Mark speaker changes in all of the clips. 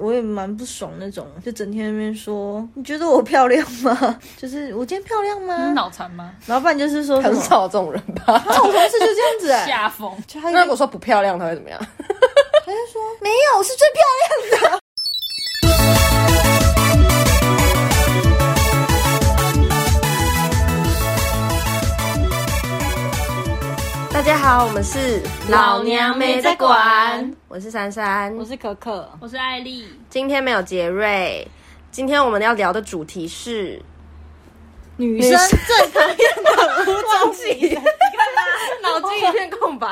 Speaker 1: 我也蛮不爽那种，就整天在那边说你觉得我漂亮吗？ 就是我今天漂亮
Speaker 2: 嗯
Speaker 3: 你是
Speaker 1: 吗？
Speaker 3: 脑残吗？
Speaker 1: 老板就是说什
Speaker 4: 很
Speaker 1: 么，
Speaker 4: 少有这种人 吧？
Speaker 1: 然后我同事就这样子、 哎，
Speaker 3: 下风，
Speaker 1: 就他
Speaker 4: 那
Speaker 1: 就
Speaker 4: 如果说不漂亮，他会怎么样？
Speaker 1: 他就说没有，我是最漂亮的。
Speaker 4: 大家好，我们是
Speaker 3: 老娘没在管，
Speaker 4: 我是珊珊，
Speaker 2: 我是可可，
Speaker 3: 我是艾丽，
Speaker 4: 今天没有杰瑞。今天我们要聊的主题是
Speaker 2: 女
Speaker 4: 生
Speaker 2: 最讨厌 的污
Speaker 4: 忘记，脑筋一片空白。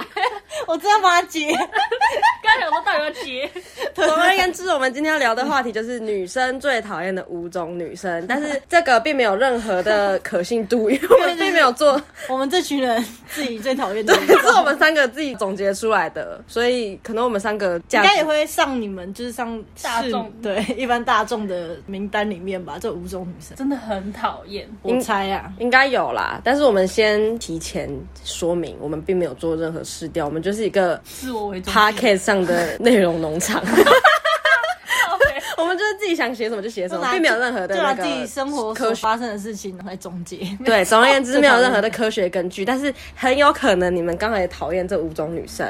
Speaker 2: 我真的帮他接。
Speaker 3: 刚才我说到底要接，
Speaker 4: 总而言之，我们今天要聊的话题就是女生最讨厌的五种女生，但是这个并没有任何的可信度，因为我们并没有做，
Speaker 2: 我们这群人自己最讨 厌的，
Speaker 1: 啊
Speaker 4: 这是我们三个自己总结出来的，所以可能我们三个
Speaker 2: 应
Speaker 4: 价值
Speaker 2: 该也会上你们就是上
Speaker 3: 大
Speaker 2: 市
Speaker 3: 众
Speaker 2: 对一般大众的名单里面吧。这五种女生，
Speaker 3: 真的很讨厌。
Speaker 2: 我猜啊，
Speaker 4: 应该有啦，但是我们先提前说明，我们并没有做任何试调，我们就是一个
Speaker 3: 自我为中心
Speaker 4: podcast 上的内容农场， 我们就是自己想写什么就写什
Speaker 2: 就
Speaker 4: 么，
Speaker 2: 拿
Speaker 4: 并没有任何的
Speaker 2: 就
Speaker 4: 那
Speaker 2: 拿
Speaker 4: 个
Speaker 2: 啊自己生活
Speaker 4: 科
Speaker 2: 所
Speaker 4: 学。
Speaker 2: 发生的事情来总结。
Speaker 4: 对，总而言之没有任何的科学根据，但是很有可能你们刚才也讨厌这五种女生，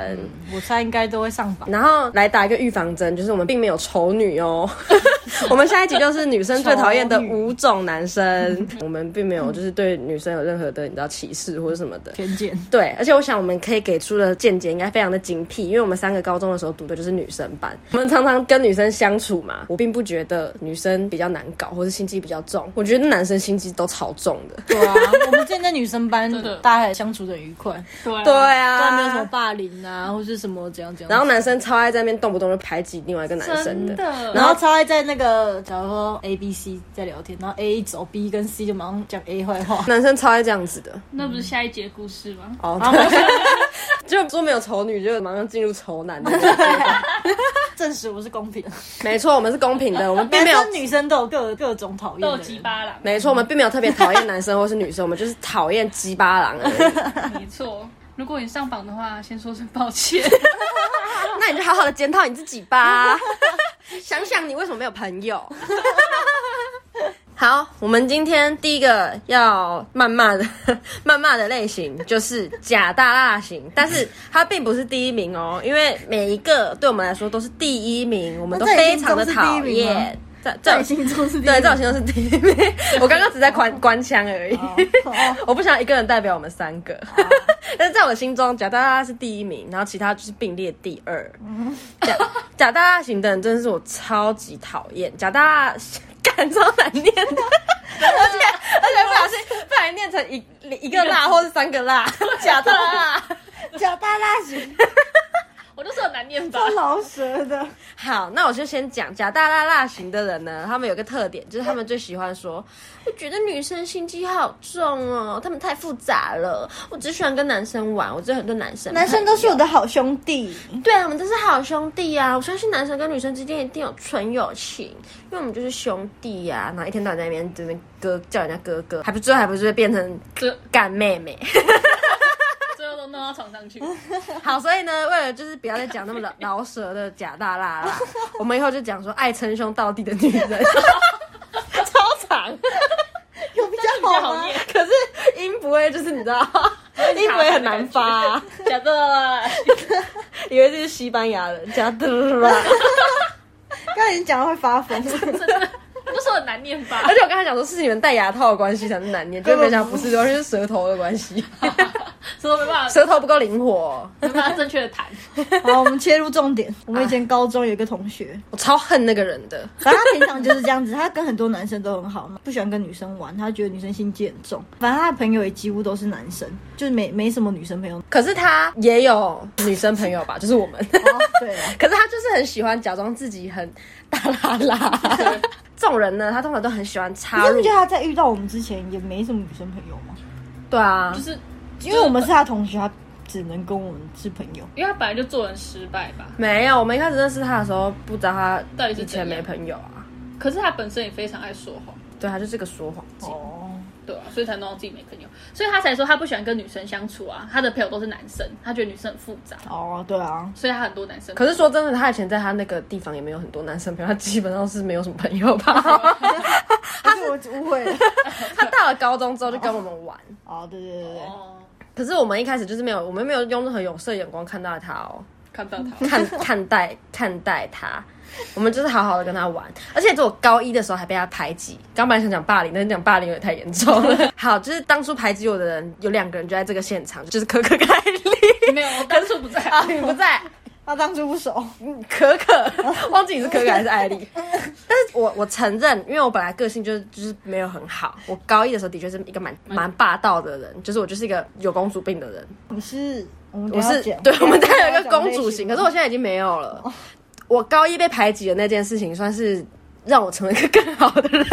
Speaker 2: 我猜应该都会上榜。
Speaker 4: 然后来打一个预防针，就是我们并没有丑 女哦。我们下一集就是女生最讨厌的五种 男生，我们并没有就是对女生有任何的你知道歧视或者什么的。
Speaker 2: 偏见，
Speaker 4: 对，而且我想我们可以给出的见解应该非常的精辟，因为我们三个高中的时候读的就是女生班，我们常常跟女生相处嘛，我并不觉得女生比较难搞，或是心机比较重，我觉得男生心机都超重的。
Speaker 2: 对啊，我们之前在女生 班
Speaker 3: 真的，
Speaker 2: 大家还相处的愉快，
Speaker 3: 对啊
Speaker 4: 对
Speaker 2: 当然没有什
Speaker 4: 啊
Speaker 2: 么，霸凌啊，或是什么怎样怎样。
Speaker 4: 然后男生超爱在那边动不动就排挤另外一个男生的，
Speaker 3: 真的
Speaker 4: 然
Speaker 2: 然
Speaker 4: 后
Speaker 2: 后超爱在那个，假如说 A、B、C 在聊天，然后 A 一走，B 跟 C 就马上讲 A 坏话。
Speaker 4: 男生超爱这样子的。
Speaker 3: 那不是下一节故事吗？
Speaker 4: 哦， 就说没有丑女，就马上进入丑男的那个阶段。
Speaker 2: 证实我是公平的，
Speaker 4: 没错，我们是公平的，我们并
Speaker 2: 男
Speaker 4: 没有。
Speaker 2: 生女生都有各各种讨厌
Speaker 3: 斗
Speaker 2: 的
Speaker 3: 鸡
Speaker 2: 人。
Speaker 3: 巴狼，
Speaker 4: 没错，我们并没有特别讨厌男生或是女生，我们就是讨厌鸡巴狼而已。
Speaker 3: 没错。如果你上榜的话，先说声抱歉。
Speaker 4: 那你就好好的检讨你自己 吧，想想你为什么没有朋友。 好，我们今天第一个要谩骂的谩骂的类型就是假大辣型，但是它并不是第一名哦，因为每一个对我们来说都是第一名，我们都
Speaker 2: 那在
Speaker 4: 非
Speaker 2: 你心
Speaker 4: 常
Speaker 2: 中
Speaker 4: 的
Speaker 2: 是
Speaker 4: 讨
Speaker 2: 第一名吗
Speaker 4: 厌。在
Speaker 2: 在
Speaker 4: 在
Speaker 2: 你心中是第一
Speaker 4: 对，在我心中是第一名。 我刚刚只在关关腔而已，
Speaker 2: 哦
Speaker 4: 我不想一个人代表我们三个。 但是在我心中，假大大是第一名，然后其他就是并列第二。
Speaker 2: 嗯
Speaker 4: 假假大大型的人真的是我超级讨厌，假大大感超难念 的。而且而且不小心不小心念成一一个辣或是三个辣， 假大辣。
Speaker 2: 假大辣型，
Speaker 3: 我就说很难念吧，
Speaker 2: 老舌的，
Speaker 4: 好，那我就先讲假大辣辣型的人呢，他们有个特点，就是他们最喜欢说，我觉得女生心机好重哦，他们太复杂了，我只喜欢跟男生玩，我只有很多男生朋 友，
Speaker 2: 男生都是我的好兄弟。
Speaker 4: 对啊，我们都是好兄弟啊，我相信男生跟女生之间一定有纯友情，因为我们就是兄弟呀、啊，然后一天到晚在那边这边哥叫人家哥哥，还不最后还不是变成
Speaker 3: 最
Speaker 4: 干妹 妹。
Speaker 3: 最后都弄到床上去。
Speaker 4: 好，所以呢，为了就是不要再讲那么老老舌的假大辣 啦，我们以后就讲说爱称兄道弟的女人。超 长，
Speaker 2: 有比
Speaker 3: 比较
Speaker 2: 较好
Speaker 3: 好
Speaker 2: 吗？
Speaker 3: 念，
Speaker 4: 可是音不会，就是你知道， 音不会很难发、啊，
Speaker 3: 假的。
Speaker 4: 以为这是西班牙人， 假的啦。
Speaker 2: 刚才你讲到会发疯，
Speaker 3: 我就说很难念吧
Speaker 4: 而。且我刚才讲说是你们戴牙套的关系才是难念，结果没想到不是，完全是舌头的关系，
Speaker 3: 所以我没办法，
Speaker 4: 舌头不够灵活。
Speaker 3: 没办法正确的谈。
Speaker 2: 好，我们切入重点。我们以前高中有一个同学，
Speaker 4: 我超恨那个人的，
Speaker 2: 反正他平常就是这样子，他跟很多男生都很好嘛，不喜欢跟女生玩，他觉得女生心机很重。反正他的朋友也几乎都是男生，就是没没什么女生朋友。
Speaker 4: 可是他也有女生朋友吧，就是我们。
Speaker 2: 哦，对啊，
Speaker 4: 可是他就是很喜欢假装自己很大 啦啦。这种人呢，他通常都很喜欢
Speaker 2: 你
Speaker 4: 插
Speaker 2: 真
Speaker 4: 入
Speaker 2: 的觉。得他在遇到我们之前也没什么女生朋友吗？
Speaker 4: 对啊
Speaker 3: 就，是
Speaker 2: 因为我们是他同学，他只能跟我们是朋友。
Speaker 3: 因为他本来就做人失败吧，
Speaker 4: 没有。我们一开始认识他的时候，不知道他
Speaker 3: 到底是
Speaker 4: 以前
Speaker 3: 怎
Speaker 4: 没
Speaker 3: 样
Speaker 4: 朋友啊。
Speaker 3: 可是他本身也非常爱说谎，
Speaker 4: 对，他就是个说谎精。
Speaker 2: 哦，
Speaker 3: 对啊，所以才弄到自己没朋友，所以他才说他不喜欢跟女生相处啊，他的朋友都是男生，他觉得女生很复杂，
Speaker 5: 哦，对啊，
Speaker 3: 所以他很多男生。
Speaker 4: 可是说真的，他以前在他那个地方也没有很多男生朋友，他基本上是没有什么朋友吧。
Speaker 5: 他是我误会了。
Speaker 4: 他到了高中之后就跟我们玩，
Speaker 5: 哦，对对对对，
Speaker 3: 哦，
Speaker 4: 可是我们一开始就是没有，我们没有用任何有色眼光看待他哦，
Speaker 3: 看不到他，
Speaker 4: 看看待看待他，我们就是好好的跟他玩。而且我高一的时候还被他排挤，刚本来想讲霸凌，但是讲霸凌有点太严重 了。好，就是当初排挤我的人有两个人就在这个现场，就是可可跟艾丽，
Speaker 3: 没有，我当初不在。
Speaker 4: 啊，你不在。
Speaker 5: 他当初不熟，
Speaker 4: 可 可，忘记你是可可还是艾丽。但是我我承认，因为我本来个性就是就是没有很好。我高一的时候的确是一个蛮蛮霸道的人，就是我就是一个有公主病的人。
Speaker 5: 你是我们
Speaker 4: 我是对
Speaker 5: 对，
Speaker 4: 我们
Speaker 5: 等
Speaker 4: 带
Speaker 5: 一下
Speaker 4: 有
Speaker 5: 要
Speaker 4: 一个
Speaker 5: 讲
Speaker 4: 公主型，
Speaker 5: 类
Speaker 4: 可是
Speaker 5: 型
Speaker 4: 我现在已经没有了。我高一被排挤的那件事情，算是让我成为一个更好的人。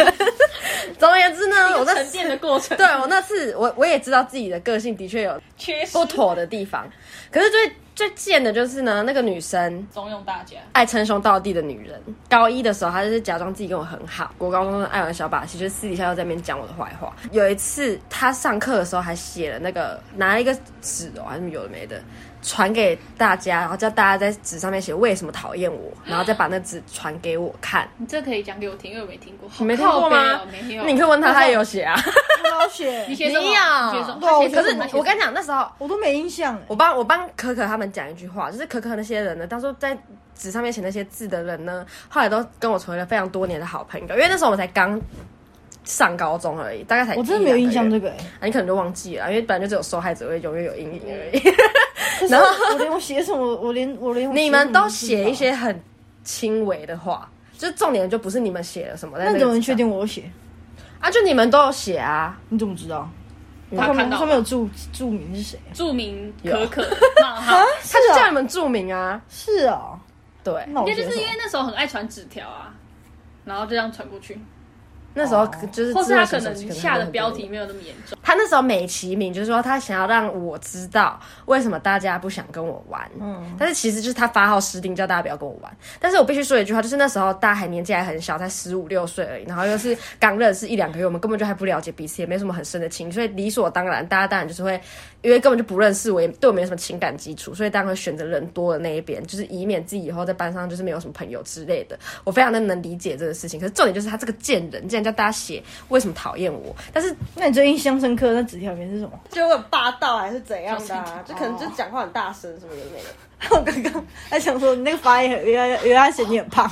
Speaker 4: 总而言之 呢，我那
Speaker 3: 沉淀的过程，
Speaker 4: 对我那次我我也知道自己的个性的确有
Speaker 3: 缺失
Speaker 4: 不妥的地方，可是最最贱的就是呢，那个女生
Speaker 3: 怂恿大家。
Speaker 4: 爱称兄道弟的女人。高一的时候，她就是假装自己跟我很好，国高中的爱玩小把戏，就是私底下又在那边讲我的坏话。有一次，她上课的时候还写了那个拿了一个纸哦，还是什么有的没的，传给大家，然后叫大家在纸上面写为什么讨 厌我，然后再把那纸传给我看。
Speaker 3: 你这可以讲给我听，因为我没听过。
Speaker 4: 你没听过吗
Speaker 3: 好靠背哦没？有。
Speaker 4: 你可以问她，她也有 写啊。
Speaker 5: 高
Speaker 3: 你
Speaker 5: 血，
Speaker 3: 学什么？
Speaker 4: 你有
Speaker 3: 你学什么？
Speaker 5: 对啊
Speaker 3: 他写
Speaker 5: 我
Speaker 4: 可
Speaker 3: 什
Speaker 4: 是
Speaker 3: 么
Speaker 4: 我跟你讲，那时候
Speaker 5: 我都没印
Speaker 2: 欸
Speaker 5: 象哎
Speaker 4: 我帮我帮可可他们讲一句话，就是可可那些人呢，当初在纸上面写那些字的人呢，后来都跟我成为了非常多年的好朋友，因为那时候我们才刚上高中而已，大概才
Speaker 5: 我真的没有印象
Speaker 4: 一两个
Speaker 5: 这
Speaker 4: 月
Speaker 2: 欸
Speaker 5: 个哎，
Speaker 4: 啊，你可能就忘记了，因为本来就只有受害者会永远有阴影 而已。
Speaker 5: 可是
Speaker 4: 然后
Speaker 5: 我连我写什么，我连我连我
Speaker 4: 你们都
Speaker 5: 什么
Speaker 4: 写
Speaker 5: 都
Speaker 4: 一
Speaker 5: 不知道，
Speaker 4: 些很轻微的话，就是重点就不是你们写了什么，在
Speaker 5: 那
Speaker 4: 个
Speaker 5: 怎么
Speaker 4: 纸
Speaker 5: 确
Speaker 4: 上
Speaker 5: 定我有写？
Speaker 4: 啊？就你们都有写啊，
Speaker 5: 你怎么知道？
Speaker 3: 他
Speaker 5: 上
Speaker 3: 看
Speaker 5: 面
Speaker 3: 到
Speaker 5: 上面有注注明是谁？
Speaker 3: 著名
Speaker 4: 有
Speaker 3: 可可 冒号，
Speaker 4: 他就叫你
Speaker 5: 啊，
Speaker 4: 们注明啊，
Speaker 5: 是啊，
Speaker 4: 对。
Speaker 5: 那我
Speaker 3: 也就
Speaker 5: 写什
Speaker 3: 是因为
Speaker 5: 么
Speaker 3: 那时候很爱传纸条啊，然后就这样传过去，
Speaker 4: 那时候
Speaker 5: 哦
Speaker 4: 就是，
Speaker 3: 或是他可能下的标题没有那么严重。
Speaker 4: 他那时候美其名就是说他想要让我知道为什么大家不想跟我玩，嗯，但是其实就是他发号施令叫大家不要跟我玩。但是我必须说一句话，就是那时候大家还年纪还很小，才十五六岁而已，然后又是刚认识一两个月，我们根本就还不了解彼此，也没什么很深的情，所以理所当然，大家当然就是会因为根本就不认识我，也对我没什么情感基础，所以当然会选择人多的那一边，就是以免自己以后在班上就是没有什么朋友之类的。我非常的能理解这个事情，可是重点就是他这个贱人竟然叫大家写为什么讨厌我， 但是
Speaker 5: 那你最印象深刻的那纸条里面是什么？
Speaker 4: 就很霸道还是怎样的、啊，就可能
Speaker 3: 哦
Speaker 4: 就讲话很大声什么的那个。
Speaker 5: 我刚刚还想说你那个发言很，原来原来嫌你很胖，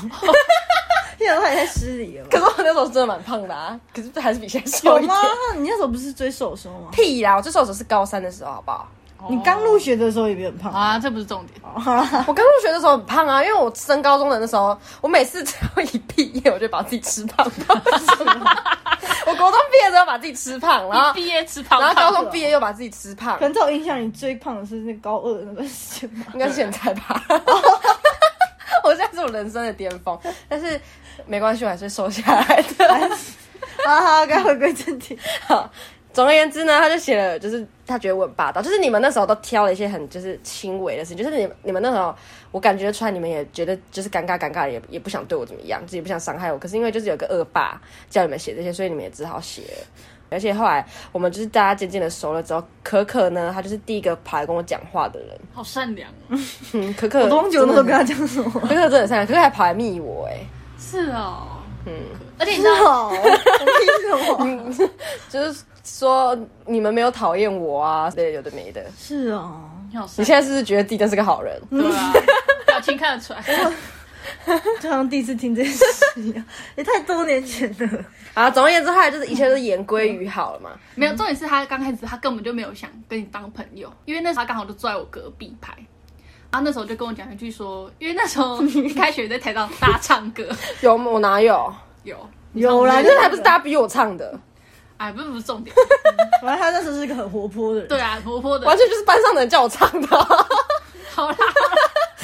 Speaker 5: 现在他也太失礼了吧
Speaker 4: 可？是我那时候真的蛮胖的啊，可是还是比现在瘦
Speaker 5: 有
Speaker 4: 一点
Speaker 5: 吗。？你那时候不是最瘦的时候吗？
Speaker 4: 屁啦！我最瘦的时候是高三的时候，好 不好？
Speaker 3: 哦
Speaker 5: 你刚入学的时候也没有很胖，
Speaker 3: 啊，这不是重点。
Speaker 4: 我刚入学的时候很胖啊，因为我升高中的那时候，我每次只要一毕业，我就把自己吃胖胖。 我国中毕业之后把自己吃胖，然后
Speaker 3: 毕业吃泡
Speaker 4: 然后
Speaker 3: 泡
Speaker 4: 高，中毕业又把自己吃胖
Speaker 5: 可，能在我印象里最胖的是那高二的那段时间吧。
Speaker 4: 应该是现在吧。
Speaker 5: 哦
Speaker 4: 我现在是我人生的巅峰，但是没关系，我还是瘦下来的。
Speaker 5: 好好，该回归正题。
Speaker 4: 好，总而言之呢，他就写了，就是他觉得我很霸道，就是你们那时候都挑了一些很就是轻微的事情，就是你们你们那时候，我感觉出来你们也觉得就是尴尬尴尬，也也不想对我怎么样，就是也不想伤害我，可是因为就是有个恶霸叫你们写这些，所以你们也只好写了。而且后来我们就是大家渐渐的熟了之后，可可呢，她就是第一个跑来跟我讲话的人。
Speaker 3: 好善良哦。
Speaker 4: 嗯，可可，
Speaker 5: 我都忘记我那时候
Speaker 4: 真
Speaker 5: 跟他
Speaker 4: 的
Speaker 5: 讲什么。
Speaker 4: 可可真的很善良，可可还跑来密我、哎，
Speaker 3: 是哦，
Speaker 4: 嗯，
Speaker 3: 而且你知
Speaker 5: 是
Speaker 3: 道，
Speaker 5: 哦，我听什么？
Speaker 4: 就是说你们没有讨厌我啊，对，有的没的。
Speaker 5: 是哦，
Speaker 3: 你好善良，
Speaker 4: 你现在是不是觉得自己真是个好人？
Speaker 3: 对啊，
Speaker 4: 嗯
Speaker 3: 表情看得出来。
Speaker 5: 就好像第一次听这件事一样，也太多年前 了。
Speaker 4: 啊，总而言之，后来就是一切都言归于好了嘛。
Speaker 3: 没有，重点是他刚开始他根本就没有想跟你当朋友，因为那时候他刚好就坐在我隔壁排。然后那时候就跟我讲一句说，因为那时 候一开学在台上大家唱歌，
Speaker 4: 有吗我哪有？
Speaker 3: 有，
Speaker 5: 有啦，
Speaker 4: 反正还不是大家逼我唱的，
Speaker 3: 哎，不是不是重点，
Speaker 5: 反正他那时候是个很活泼的人。
Speaker 3: 对啊，活泼的
Speaker 4: 完，全就是班上的人叫我唱的，我
Speaker 3: 好啦，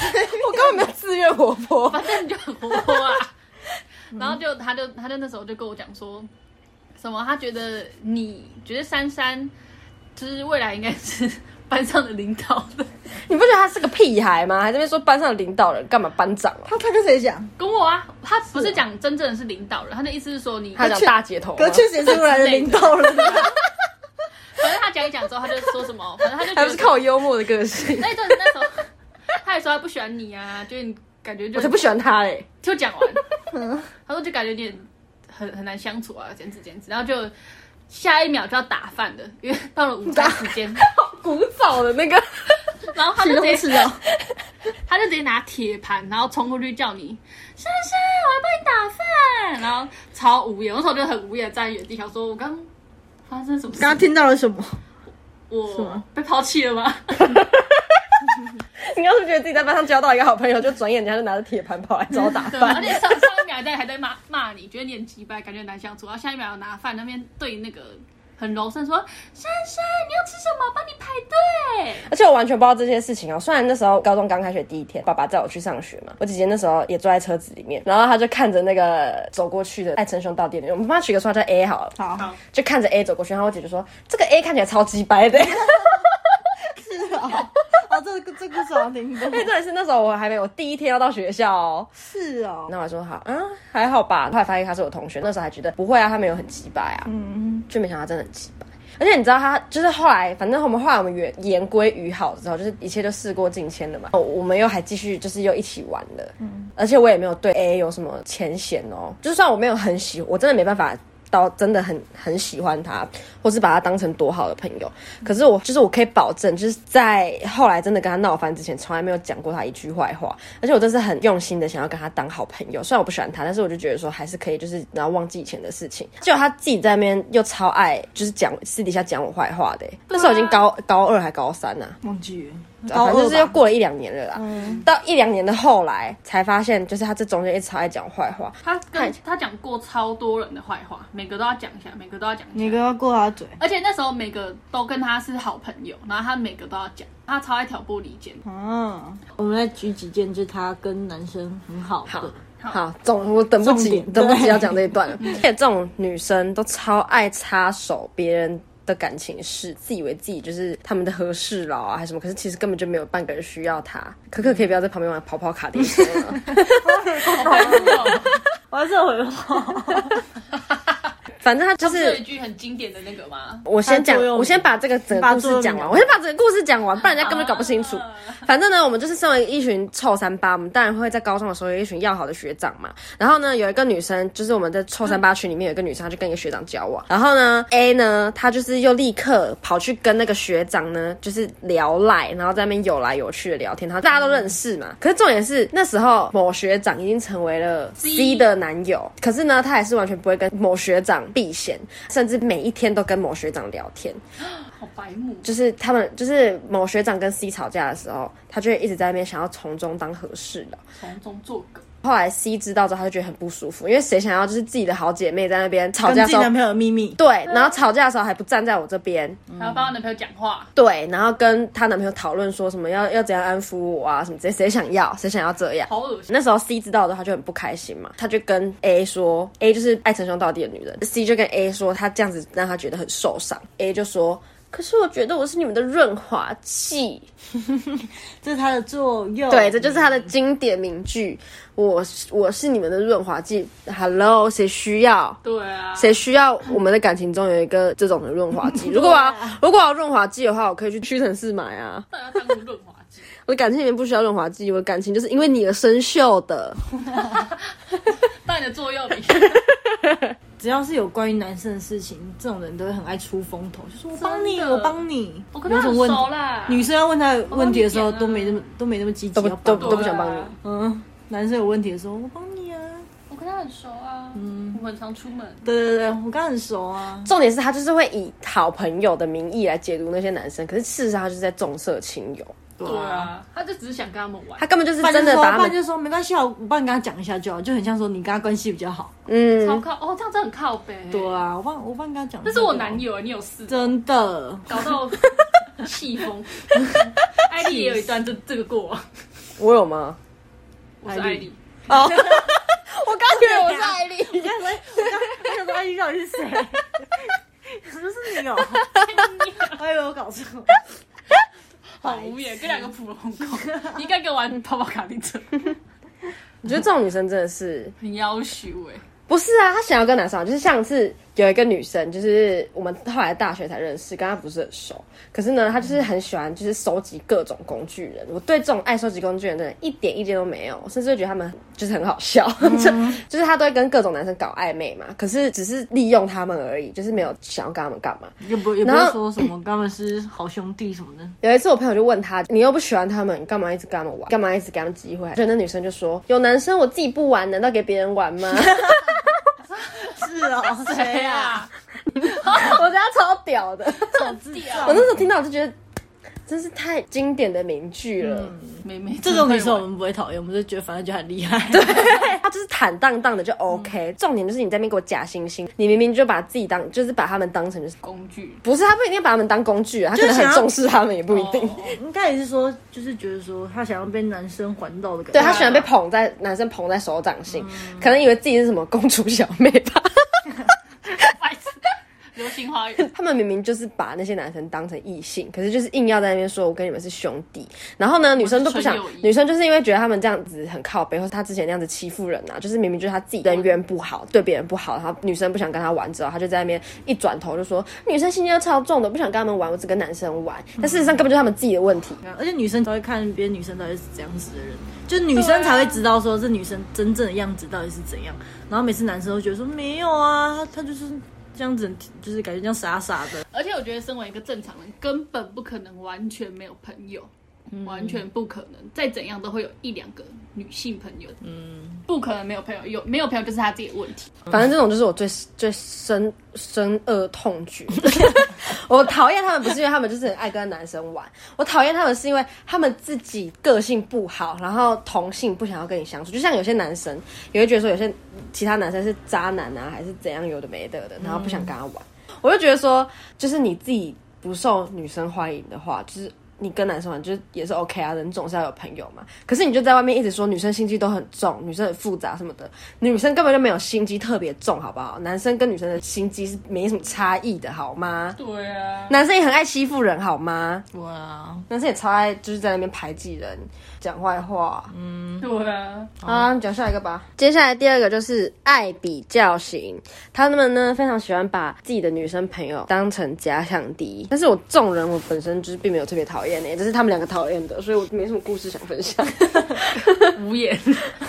Speaker 4: 根本没有自愿活泼。
Speaker 3: 反正你就很活泼 啊。然后就他就他就那时候就跟我讲说，什么他觉得你觉得珊珊就是未来应该是班上的领导的，
Speaker 4: 你不觉得他是个屁孩吗？还在那边说班上的领导人干嘛班长啊？
Speaker 5: 他他跟谁讲？
Speaker 3: 跟我啊，他不是讲真正的是领导人，他的意思是说你
Speaker 4: 他讲大姐头吗 啊
Speaker 5: 可，确实也是未来的领导人啊。
Speaker 3: 讲一讲之后，他就说什么，反正他就觉
Speaker 4: 还
Speaker 3: 得
Speaker 4: 不是看我幽默的个性，
Speaker 3: 那一阵子那时候，他也说他不喜欢你啊，就是你感 觉就
Speaker 4: 我才不喜欢他欸嘞。
Speaker 3: 就讲完，他说就感觉有点很很难相处啊，这样子这样子，然后就下一秒就要打饭了，因为到了午餐时间，
Speaker 4: 古早的那个，
Speaker 3: 然后他就
Speaker 2: 都不
Speaker 3: 直
Speaker 2: 吃
Speaker 3: 接
Speaker 2: 肉，
Speaker 3: 他就直接拿铁盘，然后冲过去叫你珊珊，我要帮你打饭，然后超无言，我那时候就很无言，站在原地想说，我刚发生什么事？
Speaker 2: 刚刚听到了什么？
Speaker 3: 我被抛弃了 吗？
Speaker 4: 你要是觉得自己在班上交到一个好朋友，就转眼间他就拿着铁盘跑来找我打
Speaker 3: 对，而
Speaker 4: 饭
Speaker 3: 且。上上一秒在还在骂骂你，觉得你很鸡掰，感觉很难相处，然后下一秒拿饭那边对那个很柔顺说：“珊珊，你要吃什么？帮你排队。
Speaker 4: 而且我完全不知道这些事情哦。虽然那时候高中刚开学第一天，爸爸载我去上学嘛，我姐姐那时候也坐在车子里面，然后她就看着那个走过去的爱称兄到店里，我们帮他取个绰号叫 A 好了，
Speaker 2: 好，
Speaker 3: 好
Speaker 4: 就看着 A 走过去，然后我姐就说这个 A 看起来超级白的。
Speaker 2: 是哦，哦，这个这个故事好像听过
Speaker 4: 因，为真的是那时候我还没有，我第一天要到学校哦，
Speaker 2: 是哦，
Speaker 4: 那我还说好，嗯，还好吧。后来发现他是我同学，那时候还觉得不会啊，他没有很鸡掰啊，
Speaker 2: 嗯，
Speaker 4: 就没想到他真的很鸡掰。而且你知道他就是后来，反正我们后来我们言言归于好之后，就是一切就事过境迁了嘛。我哦我们又还继续就是又一起玩了，而且我也没有对 A 有什么前嫌哦。就算我没有很喜，我真的没办法到真的很很喜欢他，或是把他当成多好的朋友。可是我就是我可以保证，就是在后来真的跟他闹翻之前，从来没有讲过他一句坏话。而且我真是很用心的想要跟他当好朋友。虽然我不喜欢他，但是我就觉得说还是可以，就是然后忘记以前的事情。结果他自己在那边又超爱，就是讲私底下讲我坏话的、欸。那时候已经高高二还高三呐、
Speaker 2: 嗯
Speaker 5: 忘记了。
Speaker 4: 啊反正就是又过了一两年了啦。到一两年的后来才发现，就是他这中间一直超爱讲坏话。
Speaker 3: 他跟他讲过超多人的坏话，每个都要讲一下，每个都要讲一
Speaker 5: 你
Speaker 3: 下。
Speaker 5: 跟他过他嘴，
Speaker 3: 而且那时候每个都跟他是好朋友，然后他每个都要讲，他超爱挑拨离间。
Speaker 5: 嗯，我们来举几件，就是他跟男生很好的。
Speaker 4: 好好，总我等不及，
Speaker 5: 重点
Speaker 4: 等不及
Speaker 5: 对嗯
Speaker 4: 要讲这一 段了。而且这种女生都超爱插手别人的感情事，自以为自己就是他们的和事佬啊，还是什么，可是其实根本就没有半个人需要她。可
Speaker 5: 嗯
Speaker 4: 可可以不要在旁边玩跑跑卡丁 车了。
Speaker 5: 我还是回话，
Speaker 4: 反正她就
Speaker 3: 他不是有一
Speaker 4: 是。
Speaker 3: 句很经典的那个吗？
Speaker 4: 我先讲
Speaker 5: 她作，用
Speaker 4: 我先把这个整个故事讲完，我先把整个故事讲完，不然人家根本搞不清楚。
Speaker 5: 啊
Speaker 3: 啊
Speaker 4: 反正呢，我们就是身为一群臭三八，我们当然会在高中的时候有一群要好的学长嘛。然后呢，有一个女生，就是我们的臭三八群里面有一个女生，她就跟一个学长交往。然后 呢，A 哎呢，她就是又立刻跑去跟那个学长呢，就是聊赖，然后在那边有来有去的聊天，然后大家都认识嘛。可是重点是那时候某学长已经成为了 C 的男友，可是呢，她还是完全不会跟某学长避嫌，甚至每一天都跟某学长聊天。
Speaker 3: 好白目，
Speaker 4: 就是他们就是某学长跟 C 吵架的时候，他就会一直在那边想要从中当和事佬。
Speaker 3: 从中作梗。
Speaker 4: 后来 C 知道之后，他就觉得很不舒服，因为谁想要就是自己的好姐妹在那边吵
Speaker 5: 跟
Speaker 4: 架
Speaker 5: 自己
Speaker 4: 的时候
Speaker 5: 男，朋友的秘密。
Speaker 4: 对，然后吵架的时候还不站在我这边，
Speaker 3: 还要帮她男朋友讲话，
Speaker 4: 对，然后跟她男朋友讨论说什么要要怎样安抚我啊什么之类，谁想要谁想要这样。
Speaker 3: 好恶心。
Speaker 4: 那时候 C 知道的，他就很不开心嘛，他就跟 A 说，A 就是爱称兄道弟的女人，C 就跟 A 说，他这样子让他觉得很受伤，A 就说，可是我觉得我是你们的润滑剂，
Speaker 5: 这是他的作用。
Speaker 4: 对，这就是他的经典名句。我是我是你们的润滑剂，Hello，谁需要？
Speaker 3: 对啊，
Speaker 4: 谁需要我们的感情中有一个这种的润滑剂？如果我要如果我要润滑剂的话，我可以去屈臣氏买啊。
Speaker 3: 到底要当成润滑剂？
Speaker 4: 我的感情里面不需要润滑剂，我的感情就是因为你而生锈的。
Speaker 3: 到你的座右 铭。
Speaker 5: 只要是有关于男生的事情，这种人都会很爱出风头，就说我帮你，
Speaker 3: 真的
Speaker 5: 我帮你。
Speaker 3: 我跟
Speaker 5: 有
Speaker 3: 他
Speaker 5: 什么
Speaker 3: 很
Speaker 5: 问题
Speaker 3: 熟啦，
Speaker 5: 女生要问他有问题的时候，
Speaker 3: 帮你啊
Speaker 5: 都没那么都没那么积极，
Speaker 4: 都不
Speaker 5: 要帮
Speaker 4: 都
Speaker 5: 你
Speaker 4: 都
Speaker 3: 啊
Speaker 4: 不想帮你。
Speaker 5: 嗯，男生有问题的时候，我帮你啊。
Speaker 3: 我跟他很熟啊，嗯，我们常出门。
Speaker 5: 对对对，我刚很熟啊。
Speaker 4: 重点是他就是会以好朋友的名义来解读那些男生，可是事实上他就是在重色轻友，
Speaker 5: 对
Speaker 3: 对，啊，他就只是想跟他们玩
Speaker 4: 他，根本就是
Speaker 5: 反正
Speaker 4: 真的
Speaker 5: 说，
Speaker 4: 把他
Speaker 5: 反
Speaker 4: 们
Speaker 5: 啊正就说没关系啊，我帮你跟他讲一下就好，就很像说你跟他关系比较好。
Speaker 3: 超
Speaker 4: 嗯，
Speaker 3: 靠哦，这样真的很靠北。
Speaker 5: 对，啊，我帮我帮你跟他讲一下就好。
Speaker 3: 这是我男友，你有事，
Speaker 5: 真的，
Speaker 3: 搞到气 疯。艾丽也有一段这这个过，
Speaker 4: 我有吗？
Speaker 3: 我是艾丽，
Speaker 4: 哦， 我刚以为我是艾丽。
Speaker 5: 你看我，我想说艾丽到底是谁？ 是不是你 哦？ 我以为我搞错。
Speaker 3: 好无言，跟两个普通狗，你应 该给我玩跑跑卡丁车，
Speaker 4: 我觉得这种女生真的是
Speaker 3: 很要求哎。
Speaker 4: 不是啊，他想要跟男生好，就是上次有一个女生，就是我们后来大学才认识，跟她不是很熟。可是呢，她就是很喜欢，就是收集各种工具人。我对这种爱收集工具人的人一点意见都没有，我甚至会觉得他们就是很好笑，就就是她都会跟各种男生搞暧昧嘛。可是只是利用他们而已，就是没有想要跟他们干嘛。
Speaker 6: 也不也不
Speaker 4: 然
Speaker 6: 会
Speaker 4: 后
Speaker 6: 说什么他们是好兄弟什么的。
Speaker 4: 有一次我朋友就问他：“你又不喜欢他们，你干嘛一直跟他们玩？干嘛一直给他们机会？”就那女生就说：“有男生我自己不玩，难道给别人玩吗？”
Speaker 2: 是哦，
Speaker 3: 谁 啊？
Speaker 4: 我觉得他超屌的。
Speaker 3: 好自啊
Speaker 4: 我！那时
Speaker 2: 哦
Speaker 4: 候听到我就觉得，真是太经典的名句了。
Speaker 2: 嗯
Speaker 3: 妹妹，
Speaker 6: 这种女
Speaker 3: 手
Speaker 6: 生我们不会讨厌，我们就觉得反正就很厉害。
Speaker 4: 他就是坦荡荡
Speaker 2: 嗯
Speaker 4: 的就 OK，、重点就是你在那边给我假惺惺，你明明就把自己当就是把他们当成就是。
Speaker 3: 工具。
Speaker 4: 不是他不一定把他们当工具啊，他可
Speaker 2: 是
Speaker 4: 能很
Speaker 2: 想要
Speaker 4: 重视他们也不一定。
Speaker 3: 哦
Speaker 2: 应该也是说，就是觉得说他想要被男生环绕的感觉。
Speaker 4: 对他喜欢被捧在男生捧在手掌心，
Speaker 2: 嗯
Speaker 4: 可能以为自己是什么公主小妹吧。
Speaker 3: 白痴流星花园，
Speaker 4: 他们明明就是把那些男生当成异性，可是就是硬要在那边说我跟你们是兄弟。然后呢，女生都不想
Speaker 3: 纯友谊，
Speaker 4: 女生就是因为觉得他们这样子很靠背，或是他之前那样子欺负人啊，就是明明就是他自己人缘不好，对别人不好，然后女生不想跟他玩之后，他就在那边一转头就说女生心机都超重的，不想跟他们玩，我只跟男生玩。但事实上根本就是他们自己的问题。
Speaker 2: 啊而且女生都会看别的女生到底是怎样子的人，就女生才会知道说这女生真正的样子到底是怎样。然后每次男生都觉得说没有啊，他他就是这样子，就是感觉这样傻傻的。
Speaker 3: 而且我觉得身为一个正常人，根本不可能完全没有朋友，完全不可能，再怎样都会有一两个女性朋友，嗯，不可能没有朋友，有没有朋友就是他自己的问题。
Speaker 4: 反正这种就是我最最深深恶痛绝。 我讨厌他们不是因为他们就是很爱跟男生玩，我讨厌他们是因为他们自己个性不好，然后同性不想要跟你相处。就像有些男生也会觉得说，有些其他男生是渣男啊，还是怎样有的没的的，然后不想跟他玩。我就觉得说，就是你自己不受女生欢迎的话，就是。你跟男生玩就是也是 OK 啊，人总是要有朋友嘛。可是你就在外面一直说女生心机都很重，女生很复杂什么的，女生根本就没有心机特别重，好不好？男生跟女生的心机是没什么差异的，好吗？
Speaker 3: 对啊，
Speaker 4: 男生也很爱欺负人，好吗？
Speaker 6: 哇，
Speaker 4: 男生也超爱就是在那边排挤人、讲坏话。
Speaker 3: 对啊，
Speaker 4: 好啦，你讲下一个吧。接下来第二个就是爱比较型，他们呢非常喜欢把自己的女生朋友当成假想敌。但是我这种人，我本身就是并没有特别讨厌诶，这是他们两个讨厌的，所以我没什么故事想分 享。
Speaker 3: 无言。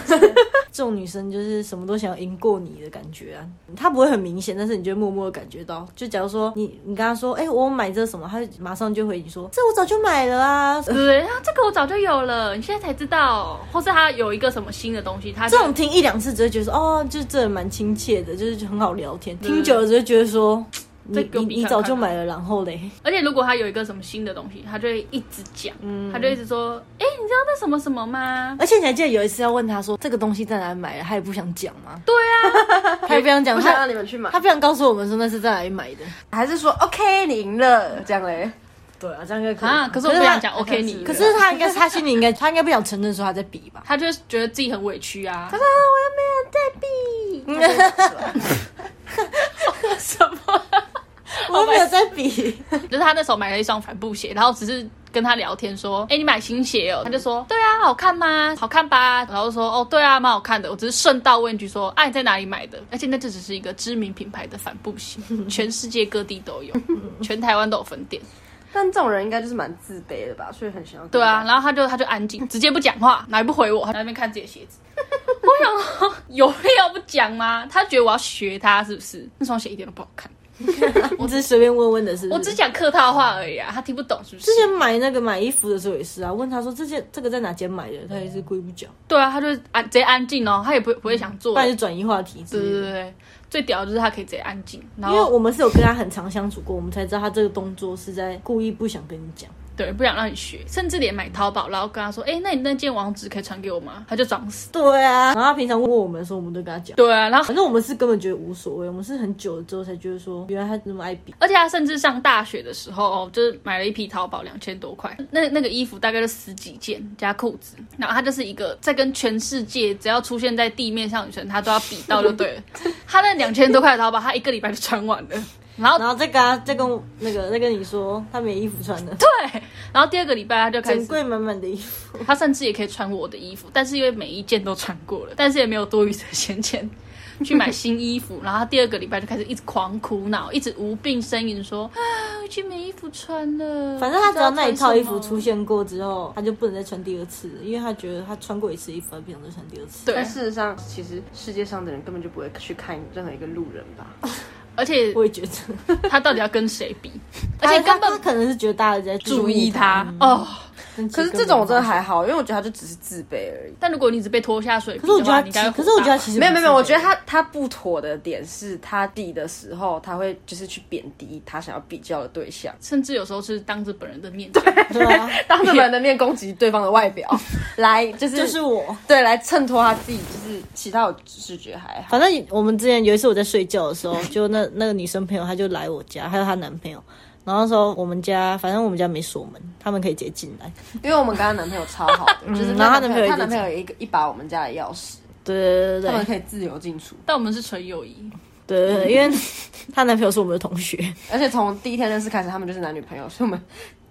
Speaker 2: 这种女生就是什么都想要赢过你的感觉啊，她不会很明显，但是你就会默默地感觉到。就假如说你你跟她说，哎、我买这什么，她就马上就回你说，这我早就买了啊。
Speaker 3: 对，然后这个我早就有了，你现在才知道，或是他有一个什么新的东西，他
Speaker 2: 这
Speaker 3: 就
Speaker 2: 种听一两次只会觉得说，哦，就是这人蛮亲切的，就是很好聊天。听久了只会觉得说，
Speaker 3: 这
Speaker 2: 你
Speaker 3: 给我
Speaker 2: 你
Speaker 3: 比
Speaker 2: 你
Speaker 3: 看
Speaker 2: 早
Speaker 3: 看
Speaker 2: 就
Speaker 3: 啊
Speaker 2: 买了，然后嘞，
Speaker 3: 而且如果他有一个什么新的东西，他就会一直讲，他就一直说，哎、你知道那什么什么吗？
Speaker 2: 而且你还记得有一次要问她说这个东西在哪里买的，她也不想讲吗？
Speaker 3: 对啊，
Speaker 2: 她也不想讲，
Speaker 4: 不想
Speaker 2: 她
Speaker 4: 让你们去买
Speaker 2: 她，不想告诉我们说那是在哪里买的。
Speaker 4: 还是说 OK 你赢了这样嘞？
Speaker 2: 对啊，这样应该可以
Speaker 3: 啊，可是我不想讲 OK 你，
Speaker 2: 可是她应该是她心里应该她应该不想承认说她在比吧？
Speaker 3: 他就觉得自己很委屈啊，
Speaker 4: 啊，我又没有在比。
Speaker 3: 什么？
Speaker 2: 我又没有在比。
Speaker 3: 就是他那时候买了一双帆布鞋，然后只是跟他聊天说，哎、你买新鞋哦？他就说，对啊，好看吗？好看吧？然后说，哦，对啊，蛮好看的。我只是顺道问一句说，哎、你在哪里买的？而且那就只是一个知名品牌的帆布鞋，全世界各地都有，全台湾都有分店。
Speaker 4: 但这种人应该就是蛮自卑的吧，所以很想要。
Speaker 3: 对啊，，然后他就他就安静，直接不讲话，哪也不回我，他在那边看自己的鞋子。我想说，有必要不讲吗？他觉得我要学他是不是？那双鞋一点都不好看，
Speaker 2: 我只是随便问问的，是不
Speaker 3: 我
Speaker 2: 是？
Speaker 3: 只讲客套话而已啊，他听不懂是不是
Speaker 2: 之？前买那个买衣服的时候也是啊，问他说这件这个在哪间买的，他也是故意不讲，
Speaker 3: 对啊，他就安直接安静哦，他也不不会想做
Speaker 2: 不。然就转移话题之
Speaker 3: 对
Speaker 2: 类
Speaker 3: 对
Speaker 2: 的。
Speaker 3: 对对，最屌的就是他可以直接安静，然
Speaker 2: 因为
Speaker 3: 后
Speaker 2: 我们是有跟他很常相处过，我们才知道他这个动作是在故意不想跟你讲。
Speaker 3: 对不想让你学，甚至连买淘宝，然后跟他说，哎，那你那件网址可以传给我吗？他就装死。
Speaker 2: 对啊，然后他平常问我们的时候，我们都跟他讲。
Speaker 3: 对啊，然后
Speaker 2: 反正我们是根本觉得无所谓，我们是很久了之后才觉得说，原来他那么爱比。
Speaker 3: 而且他甚至上大学的时候，哦，就是买了一批淘宝两千多块，那那个衣服大概就十几件加裤子，然后他就是一个在跟全世界只要出现在地面上的女生，他都要比到 就对了。他那两千多块的淘宝，他一个礼拜就穿完了。然后
Speaker 2: 然后再跟他再跟我那个再跟你说，他没衣服穿了，
Speaker 3: 对，然后第二个礼拜他就开
Speaker 2: 整
Speaker 3: 始，
Speaker 2: 柜满满的衣服。
Speaker 3: 他甚至也可以穿我的衣服，但是因为每一件都穿过了，但是也没有多余的闲钱，去买新衣服，然后他第二个礼拜就开始一直狂苦恼，一直无病呻吟说啊，我已经没衣服穿了。
Speaker 2: 反正他只要那一套衣服出
Speaker 3: 不知道
Speaker 2: 现过之后，他就不能再穿第二次了，因为他觉得他穿过一次衣服，他不想再穿第二次。
Speaker 3: 穿
Speaker 4: 但
Speaker 3: 什么，对，
Speaker 4: 事实上，其实世界上的人根本就不会去看任何一个路人吧？
Speaker 3: 而且
Speaker 2: 我也觉得，
Speaker 3: 他到底要跟谁比？而且根
Speaker 2: 他嗯
Speaker 3: 本
Speaker 2: 他可能是觉得大家在
Speaker 3: 注意
Speaker 2: 他
Speaker 3: 他，哦。
Speaker 2: 但其
Speaker 4: 可
Speaker 2: 实
Speaker 4: 是这种我真的
Speaker 2: 根本没
Speaker 4: 还好，因为我觉得他就只是自卑而已。
Speaker 3: 但如果你只被拖下水
Speaker 2: 有。可
Speaker 3: 比
Speaker 2: 是我
Speaker 3: 的
Speaker 2: 觉
Speaker 3: 话，
Speaker 2: 得
Speaker 3: 你
Speaker 2: 他
Speaker 3: 应该
Speaker 2: 其，
Speaker 3: 会
Speaker 2: 可是我觉得他
Speaker 3: 火
Speaker 2: 其实
Speaker 4: 没有没有没有，我觉得
Speaker 2: 他
Speaker 4: 他他不妥的点是他比的时候，他会就是去贬低他想要比较的对象，
Speaker 3: 大甚至有时候是当着本人的面讲。
Speaker 2: 对啊，
Speaker 4: 当着人的面攻击对方的外表， 来就是
Speaker 2: 就是我。
Speaker 4: 对来衬托他自己，就是其他我是觉得还好。
Speaker 2: 反正我们之前有一次我在睡觉的时候，就那那个女生朋友她就来我家，还有她男朋友。然后那时候我们家，反正我们家没锁门，他们可以直接进来。
Speaker 4: 因为我们刚刚男朋友超好 的，就是
Speaker 2: 然后
Speaker 4: 她
Speaker 2: 她
Speaker 4: 男
Speaker 2: 男
Speaker 4: 朋
Speaker 2: 朋友
Speaker 4: 友，
Speaker 2: 也是
Speaker 4: 她男朋友有一个一把我们家的钥匙，
Speaker 2: 对对
Speaker 4: 他
Speaker 2: 对
Speaker 4: 们可以自由进出。
Speaker 3: 但我们是纯友谊，
Speaker 2: 对对对，因为她男朋友是我们的同学。
Speaker 4: 而且从第一天认识开始，他们就是男女朋友，所以我们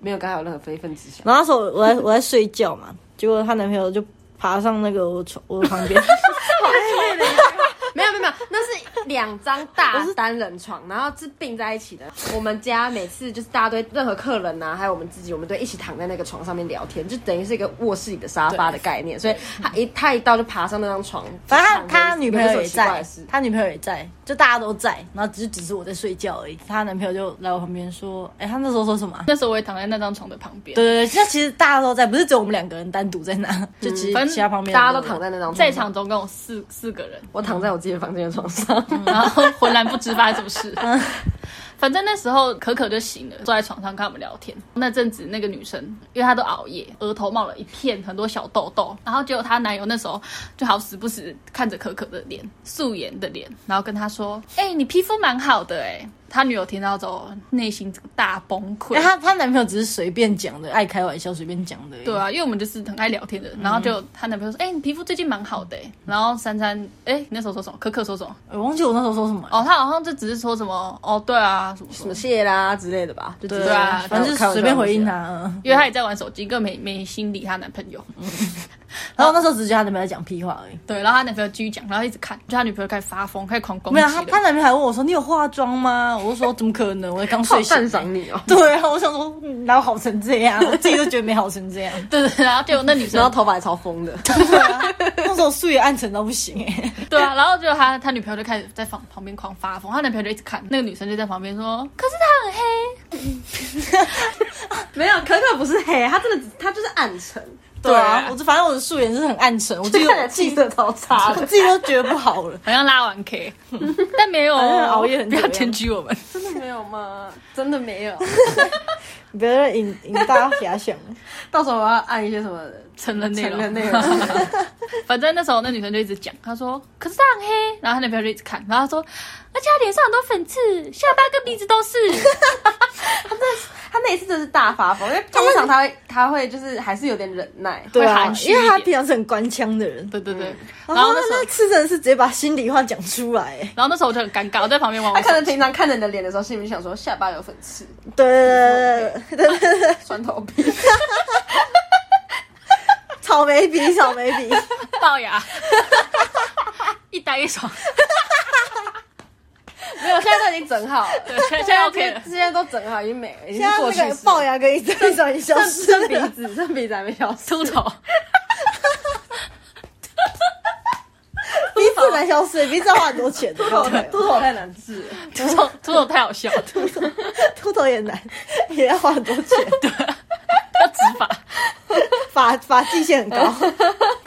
Speaker 4: 没有刚才有任何非分之想。
Speaker 2: 然后那时候我在我在睡觉嘛，结果她男朋友就爬上那个我床我的旁边，
Speaker 4: 没有没有没有，那是两张大单人床，然后是并在一起的。我们家每次就是大家对任何客人啊，还有我们自己，我们都一起躺在那个床上面聊天，就等于是一个卧室里的沙发的概念。所以他一他一到就爬上那张床，
Speaker 2: 反正
Speaker 4: 就躺着
Speaker 2: 他他
Speaker 4: 一起
Speaker 2: 女朋友
Speaker 4: 没有
Speaker 2: 也
Speaker 4: 什么奇怪
Speaker 2: 在
Speaker 4: 的事，
Speaker 2: 他女朋友也在，就大家都在，然后只是只是我在睡觉而已。她男朋友就来我旁边说：“哎、她那时候说什么啊、
Speaker 3: 那时候我也躺在那张床的旁边
Speaker 2: 对，对对，那其实大家都在，不是只有我们两个人单独在那， 就其
Speaker 3: 反
Speaker 2: 实
Speaker 3: 正
Speaker 2: 其他旁边
Speaker 4: 大家都躺在那张床，
Speaker 3: 在场总共有四四个人，
Speaker 4: 我躺在我自己的房间的床上，
Speaker 3: 然后浑然不知发生什么事。 反正那时候可可就醒了，坐在床上跟我们聊天。那阵子那个女生，因为她都熬夜，额头冒了一片很多小痘痘，然后结果她男友那时候就好死不死看着可可的脸，素颜的脸，然后跟她说：“哎、你皮肤蛮好的哎、她女友听到之后，内心整个大崩溃。
Speaker 2: 哎她她男朋友只是随便讲的，爱开玩笑随便讲的。
Speaker 3: 对，啊，因为我们就是很爱聊天的人，然后就她男朋友说：“哎、你皮肤最近蛮好的、欸。”然后珊珊，哎、你那时候说什么？可可说什么？
Speaker 2: 我忘记我那时候说什么了。
Speaker 3: 哦，她好像就只是说什么哦，对啊，什么什
Speaker 4: 什
Speaker 3: 么
Speaker 4: 么，谢啦之类的吧，就
Speaker 3: 对啊
Speaker 2: 反正就是随便回应。她。嗯，
Speaker 3: 因为她也在玩手机，根本没没心理她男朋友。
Speaker 2: 然后那时候只是觉得她男朋友在讲屁话而已。
Speaker 3: 对，然后她男朋友继续讲，然后一直看，就她女朋友开始发疯，开始狂攻
Speaker 2: 没
Speaker 3: 击
Speaker 2: 有，她她
Speaker 3: 了。
Speaker 2: 男朋友还问我说：“你有化妆吗？”我就说：“怎么可能？我才刚
Speaker 4: 好
Speaker 2: 睡
Speaker 4: 赞
Speaker 2: 醒。
Speaker 4: 赏你哦”。
Speaker 2: 对啊，我想说，嗯哪有好成这 样？我自己都觉得没好成这 样。
Speaker 3: 对对，对然后结果那女
Speaker 4: 然后
Speaker 3: 生，
Speaker 4: 头发还超疯的，
Speaker 2: 对啊，那时候素颜暗沉到不行哎、
Speaker 3: 对啊，然后结果她她女朋友就开始在房旁边狂发疯，她男朋友就一直看，那个女生就在旁边说：“可是她很黑。”
Speaker 4: 没有可可不是黑，他真的只他就是暗沉，
Speaker 2: 对啊，我就反正我的素颜是很暗沉，我自己 都
Speaker 4: 看起来气色超差
Speaker 2: 我
Speaker 4: 的，
Speaker 2: 自己都觉得不好了。
Speaker 3: 好像拉完 K，但 没有
Speaker 2: 正
Speaker 3: 哦
Speaker 2: 熬夜很
Speaker 3: 不要
Speaker 2: 久
Speaker 3: 检举我们。
Speaker 4: 真 的没有吗？真的没有。
Speaker 2: 你不要再引引大家遐想了。
Speaker 4: 到时候我要按一些什么
Speaker 3: 成人内
Speaker 4: 成
Speaker 3: 容，
Speaker 4: 人 内容，
Speaker 3: 反正那时候那女生就一直讲，她说：“可是她很黑。”然后她男朋友就一直看，然后她说：“而且她脸上很多粉刺，下巴跟鼻子都是。
Speaker 4: 他那一次真的是大发疯，因为通常他会他会就是还是有点忍 耐，
Speaker 2: 对
Speaker 3: 会
Speaker 2: 啊
Speaker 3: 含，蓄一
Speaker 2: 因
Speaker 3: 点
Speaker 2: 为他平常是很官腔的人”，
Speaker 3: 对对对，
Speaker 2: 然
Speaker 3: 然
Speaker 2: 后
Speaker 3: 后
Speaker 2: 他
Speaker 3: 那时候
Speaker 2: 那，次真的是直接把心里话讲出来、欸。
Speaker 3: 然后那时候我就很尴尬，我在旁边玩
Speaker 4: 他
Speaker 3: 我
Speaker 4: 可能平常看着你的脸的时候，心里面想说下巴有粉 刺、
Speaker 2: 对对对对对对，
Speaker 4: 酸头皮，
Speaker 2: 草莓比草莓比，
Speaker 3: 龅牙， 一呆一爽。
Speaker 4: 没有，现在都已经整好了，
Speaker 3: 对，现在现在 OK 了。
Speaker 4: 现在都整好，已经没了，已
Speaker 2: 现
Speaker 4: 经是
Speaker 2: 在
Speaker 4: 过
Speaker 2: 那
Speaker 4: 去
Speaker 2: 个
Speaker 4: 式
Speaker 2: 龅牙跟一堆转一消
Speaker 4: 剩
Speaker 2: 失
Speaker 4: 剩
Speaker 2: 了。
Speaker 4: 鼻子， 剩鼻子还没消失，
Speaker 3: 秃头，
Speaker 2: 鼻子蛮消失，鼻子要花很多钱的，
Speaker 4: 秃头秃头太难治了，
Speaker 3: 秃头，秃头太好笑了，秃
Speaker 2: 秃头也难，也要花很多钱，
Speaker 3: 要植发。
Speaker 2: 发发际线很高，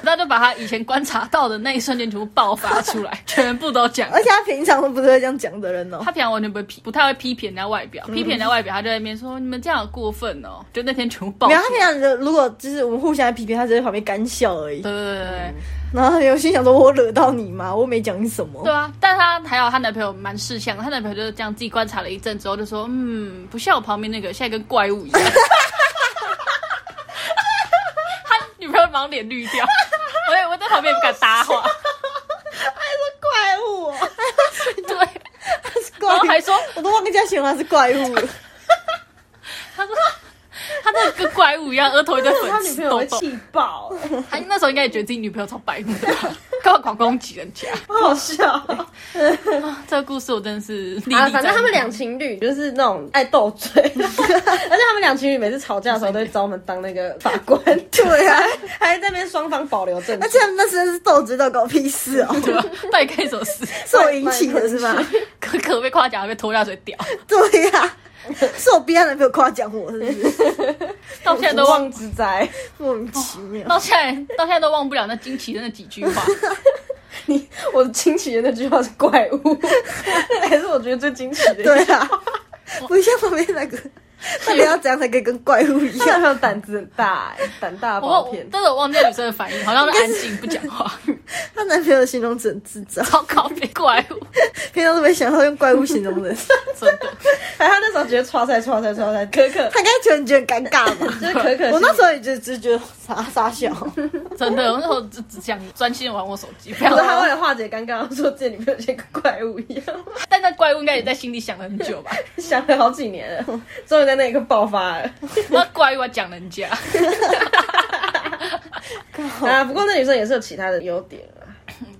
Speaker 3: 那就把他以前观察到的那一瞬间全部爆发出来， 全部都讲。
Speaker 2: 而且他平常都不是会这样讲的人哦、
Speaker 3: 他平常完全不会批，不太会批评人家外表，
Speaker 2: 嗯
Speaker 3: 批评人家外表，他就在那边说你们这样好过分哦，就那天全部爆
Speaker 2: 没
Speaker 3: 出
Speaker 2: 有，
Speaker 3: 来。
Speaker 2: 他平常就如果就是我们互相在批评，他只是在旁边干笑而已
Speaker 3: 对。对对对
Speaker 2: 然后有心想说，我惹到你吗？我没讲你什么。
Speaker 3: 对啊！但她还有她男朋友蛮识相的，她男朋友就是这样自己观察了一阵之后，就说嗯，不像我旁边那个，现在跟怪物一 样。他女朋友忙脸绿掉，我也我在旁边也不敢搭 话。哎
Speaker 2: 怪物、哦，
Speaker 3: 对，
Speaker 2: 怪
Speaker 3: 然后还
Speaker 2: 物，
Speaker 3: 说
Speaker 2: 我都忘记他形容他是怪物了。
Speaker 3: 他说他那跟怪物一样，额头一堆
Speaker 4: 他
Speaker 3: 粉
Speaker 4: 女
Speaker 3: 刺
Speaker 4: 朋友
Speaker 3: 痘哎
Speaker 4: 会
Speaker 3: 痘。
Speaker 4: 气爆，
Speaker 3: 他那时候应该也觉得自己女朋友超白目的吧。搞搞攻击人家。
Speaker 2: 好笑。
Speaker 3: 这个故事我真的是历历
Speaker 4: 啊，
Speaker 3: 在
Speaker 4: 反正他们两情侣就是那种爱斗 嘴，而且他们两情侣每次吵架的时候都会找我们当那个法官，对啊， 还在那边双方保留证据
Speaker 2: 而。且他们那真的是斗智斗狗，屁事哦，
Speaker 3: 对吧？ 到底干什么事？
Speaker 2: 是我引起的是吗？
Speaker 3: 可可被夸奖，还被拖下水屌，
Speaker 2: 对呀、 是我逼他男朋友夸奖我，是不是？
Speaker 3: 到现在都
Speaker 4: 无
Speaker 3: 忘
Speaker 4: 妄，之灾，
Speaker 2: 莫名其妙。
Speaker 3: 到现在到现在都忘不了那惊奇的那几 句话。
Speaker 4: 你我惊奇的那句话是怪物， 还是我觉得最惊奇的。
Speaker 2: 对，啊，不像旁边那个，到底要怎样才可以跟怪物一
Speaker 4: 他
Speaker 2: 样？
Speaker 4: 们胆子很大、欸，胆大
Speaker 3: 我
Speaker 4: 包
Speaker 3: 忘
Speaker 4: 天，
Speaker 3: 但是我忘记女生的反应，好像是安静不讲话，
Speaker 2: 她男朋友的形容词很智 障，
Speaker 3: 超靠背怪物，
Speaker 2: 平常都没想到用怪物形容 人。
Speaker 3: 真的。
Speaker 4: 还他那时候觉得刷塞刷塞刷塞，可可
Speaker 2: 他应该觉得你觉得很尴尬 吧？
Speaker 4: 就是可可，
Speaker 2: 我那时候也就只觉得傻傻 笑，
Speaker 3: 真的，我那时候只只想专心玩我手机，不要
Speaker 4: 可是。他为了化解尴尬，说自己女朋友像个怪物一样，
Speaker 3: 但那怪物应该也在心里想了很久吧？
Speaker 4: 想了好几年了，终于在那一刻爆发了。
Speaker 3: 那怪物要讲人家，
Speaker 4: 啊，不过那女生也是有其他的优点啦，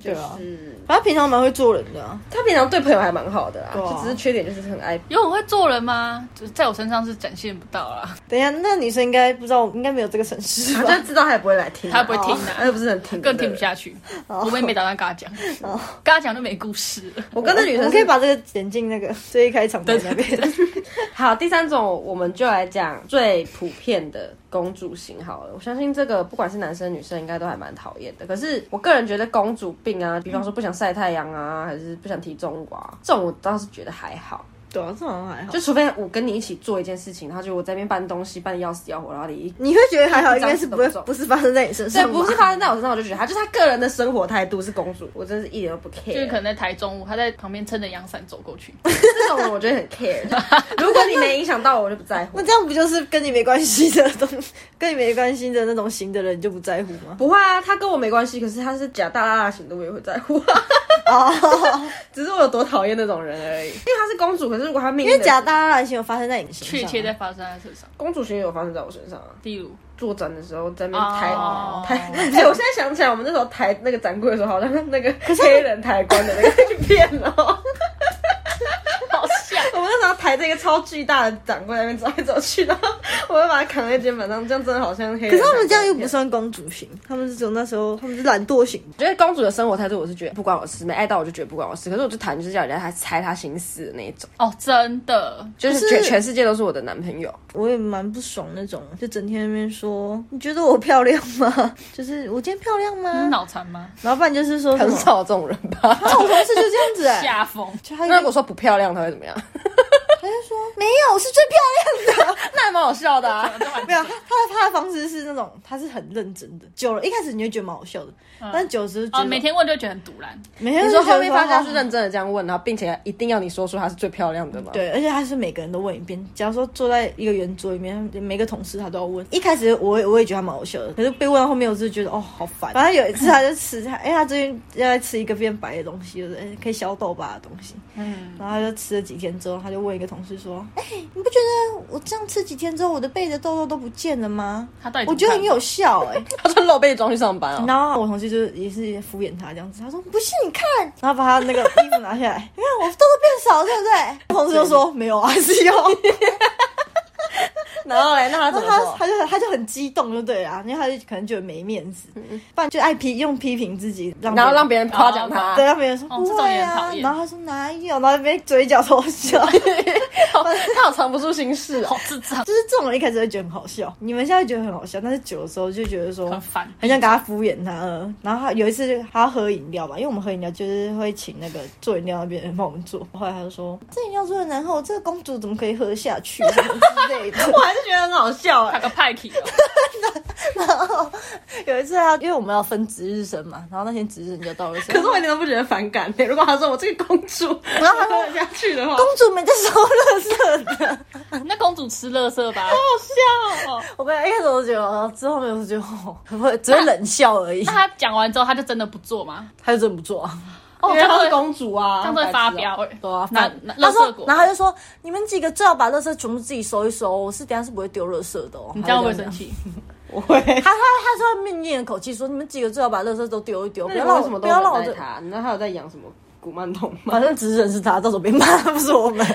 Speaker 2: 对啊，
Speaker 4: 嗯，
Speaker 2: 反正平常蛮会做人的啊、
Speaker 4: 她平常对朋友还蛮好的啦，
Speaker 2: 对啊
Speaker 4: 就只是缺点就是很爱。
Speaker 3: 有很会做人吗？就在我身上是展现不到啦，
Speaker 2: 等一下，那女生应该不知道，应该没有这个城市
Speaker 4: 她
Speaker 2: 吧？
Speaker 4: 就知道她也不会来听啊，
Speaker 3: 他不会听的、
Speaker 4: 她又不是很听，
Speaker 3: 更听不。下去。我们也没打算跟他讲，跟他讲就没故事了。
Speaker 4: 我跟那女
Speaker 2: 我
Speaker 4: 生
Speaker 2: 们可以把这个剪进那个最一开场的那边。
Speaker 4: 好，第三种我们就来讲最普遍的公主型好了。我相信这个不管是男生女生应该都还蛮讨厌的。可是我个人觉得公主病啊，比方说不想晒太阳啊，还是不想提重物啊，这种我倒是觉得还好。
Speaker 2: 对啊，这好像还好。
Speaker 4: 就除非我跟你一起做一件事情，然后就我在那边搬东西搬得要死要活，然后你
Speaker 2: 你会觉得还 好，应该是不会
Speaker 4: 长得不
Speaker 2: 不是发生在你身
Speaker 4: 对
Speaker 2: 上，吧，
Speaker 4: 不是发生在我身上，我就觉得她就是她个人的生活态度是公主，我真是一点都不 care。
Speaker 3: 就是可能在台中，我他在旁边撑着阳伞走过去，
Speaker 4: 这种人我觉得很 care。如果你没影响到我，我就不在乎
Speaker 2: 那。这样不就是跟你没关系的东，跟你没关系的那种型的人你就不在乎 吗？
Speaker 4: 不会啊，他跟我没关系，可是他是假大拉拉型的，我也会在乎、啊。
Speaker 2: 哦，
Speaker 4: 只是我有多讨厌那种人而已。因为她是公主，可是如果她命
Speaker 2: 因为
Speaker 4: 运的
Speaker 2: 假大拉型有发生在你身上
Speaker 3: 确
Speaker 2: 啊，
Speaker 3: 切在发生在他身上。
Speaker 4: 公主型也有发生在我身上啊。
Speaker 3: 例如，
Speaker 4: 做展的时候在那边抬
Speaker 3: 哦
Speaker 4: 抬， 哎、我现在想起来，我们那时候抬那个展柜的时候，好像那个黑人抬棺的那个影片 哦。
Speaker 3: 好像
Speaker 4: 我们那时候抬着一个超巨大的展柜在那边走来走去，然后我会把它扛在肩膀上，这样真的好像黑人。
Speaker 2: 可是他们这样又不。算公主型，他们是从那时候他们是懒惰型，
Speaker 4: 我觉得公主的生活态度，我是觉得不关我事，没爱到我就觉得不关我事。可是我就讨厌就是叫人家还猜她心思的那一种，
Speaker 3: 哦，真的，
Speaker 4: 就是全全世界都是我的男朋友。
Speaker 2: 我也蛮不爽那种，就整天在那边说你觉得我漂亮吗？ 就是我今天漂亮
Speaker 4: 嗯
Speaker 3: 你是
Speaker 2: 吗？
Speaker 3: 脑残吗？
Speaker 2: 然后不然就是说什
Speaker 4: 很
Speaker 2: 么，
Speaker 4: 少有这种人吧？
Speaker 2: 我同事就这样子哎、
Speaker 3: 下风，
Speaker 2: 就他
Speaker 4: 那
Speaker 2: 就
Speaker 4: 如果说不漂亮，他会怎么样？
Speaker 2: 他就说没有，我是最漂亮的。
Speaker 4: 那还蛮好笑的啊。
Speaker 2: 没有，他的他的方式是那种，他是很认真的。久了，一开始你会觉得蛮好笑的，
Speaker 4: 嗯
Speaker 2: 但久了之后就觉
Speaker 3: 啊，
Speaker 2: 得
Speaker 3: 每天问就觉得很堵然，
Speaker 2: 每天
Speaker 4: 哦你
Speaker 2: 就
Speaker 4: 说
Speaker 2: 觉得
Speaker 4: 后面发现他是
Speaker 2: 哦
Speaker 4: 认真的这样问，然后并且一定要你说出她是最漂亮的吗？，
Speaker 2: 对，而且他是每个人都问一遍。假如说坐在一个圆桌里面，每个同事他都要问。一开始我也我也觉得他蛮好笑的，可是被问到后面，我就觉得哦好烦。反正有一次他就吃他，哎、他最近又在吃一个变白的东西，就是、哎可以消痘疤的东西。
Speaker 3: 嗯，
Speaker 2: 然后他就吃了几天之后，他就问一个同事说：“哎、你不觉得我这样吃几天之后，我的背的痘痘都不见了吗？
Speaker 3: 他到底
Speaker 2: 我觉得很有效哎、
Speaker 4: 他穿露背装去上班哦。
Speaker 2: 然后我同事就也是敷衍他这样子，他说不信你看，然后把他那个衣服拿下来，你看我痘痘变少了，对不对？我同事就说没有啊，还是有。
Speaker 4: 然后嘞，那他
Speaker 2: 然
Speaker 4: 怎
Speaker 2: 后
Speaker 4: 么
Speaker 2: 他
Speaker 4: 说？
Speaker 2: 他就他就很激动，就对啊，因为他就可能觉得没面子，不然就爱批用批评自己，让
Speaker 4: 嗯然后让
Speaker 2: 别
Speaker 4: 别人夸奖他
Speaker 2: 人对。让别人说
Speaker 3: 哦
Speaker 2: 不
Speaker 3: 这种
Speaker 2: 会
Speaker 3: 也很
Speaker 2: 啊
Speaker 3: 讨，厌
Speaker 2: 然后他说哪有，然后被嘴角偷 笑，
Speaker 4: 他好藏不住心事哦
Speaker 3: 好。智障，
Speaker 2: 就是这种人一开始会觉得很好笑，你们现在会觉得很好笑，但是久的时候就觉得说
Speaker 3: 很烦，
Speaker 2: 很想给他敷衍他。呃然后他有一次他要喝饮料吧，因为我们喝饮料就是会请那个做饮料那边人帮我们做。后来他就说：“这饮料做的难喝，这个公主怎么可以喝下去？”什么之类的。
Speaker 4: 我还是觉得很好笑
Speaker 3: 他
Speaker 4: 哎。
Speaker 3: 个派体哦，
Speaker 2: 有一次他因为我们要分值日生嘛，然后那天值日生就到了，
Speaker 4: 可是我一点都不觉得反感欸如果他说我这个公主，
Speaker 2: 然后他说
Speaker 4: 喝下去的话，：“
Speaker 2: 公主没在收垃圾的。”
Speaker 3: 那公主吃乐色吧？
Speaker 4: 好笑哦。
Speaker 2: 我本来一开始我就觉得，哦之后面我就觉得哦，会只会冷笑而已
Speaker 3: 那，他讲完之后，他就真的不做吗？
Speaker 2: 他就真不做啊。
Speaker 3: 哦，
Speaker 4: 因
Speaker 3: 这
Speaker 4: 为
Speaker 3: 样
Speaker 4: 她是
Speaker 3: 会
Speaker 4: 公主啊，
Speaker 3: 这样会发飙
Speaker 4: 白痴哦。
Speaker 3: 欸，
Speaker 2: 对啊，反
Speaker 3: 拿拿
Speaker 2: 他
Speaker 3: 乐
Speaker 2: 说
Speaker 3: 色，果
Speaker 2: 然，后他就说：“你们几个最好把垃圾全部自己收一收，我是等一下是不会丢垃圾的哦。”
Speaker 3: 你这
Speaker 2: 他
Speaker 3: 样
Speaker 2: 就
Speaker 3: 会
Speaker 2: 这
Speaker 3: 生气？
Speaker 2: 我会，
Speaker 5: 他他他说命令的口气说：“你们几个最好把垃圾都丢一丢，不要让
Speaker 4: 什
Speaker 5: 我
Speaker 4: 么
Speaker 5: 不要让我
Speaker 4: 在
Speaker 5: 这
Speaker 4: 他，你知道他有在养什么古曼童吗？
Speaker 5: 反正只认是他，到时候被骂不是我们。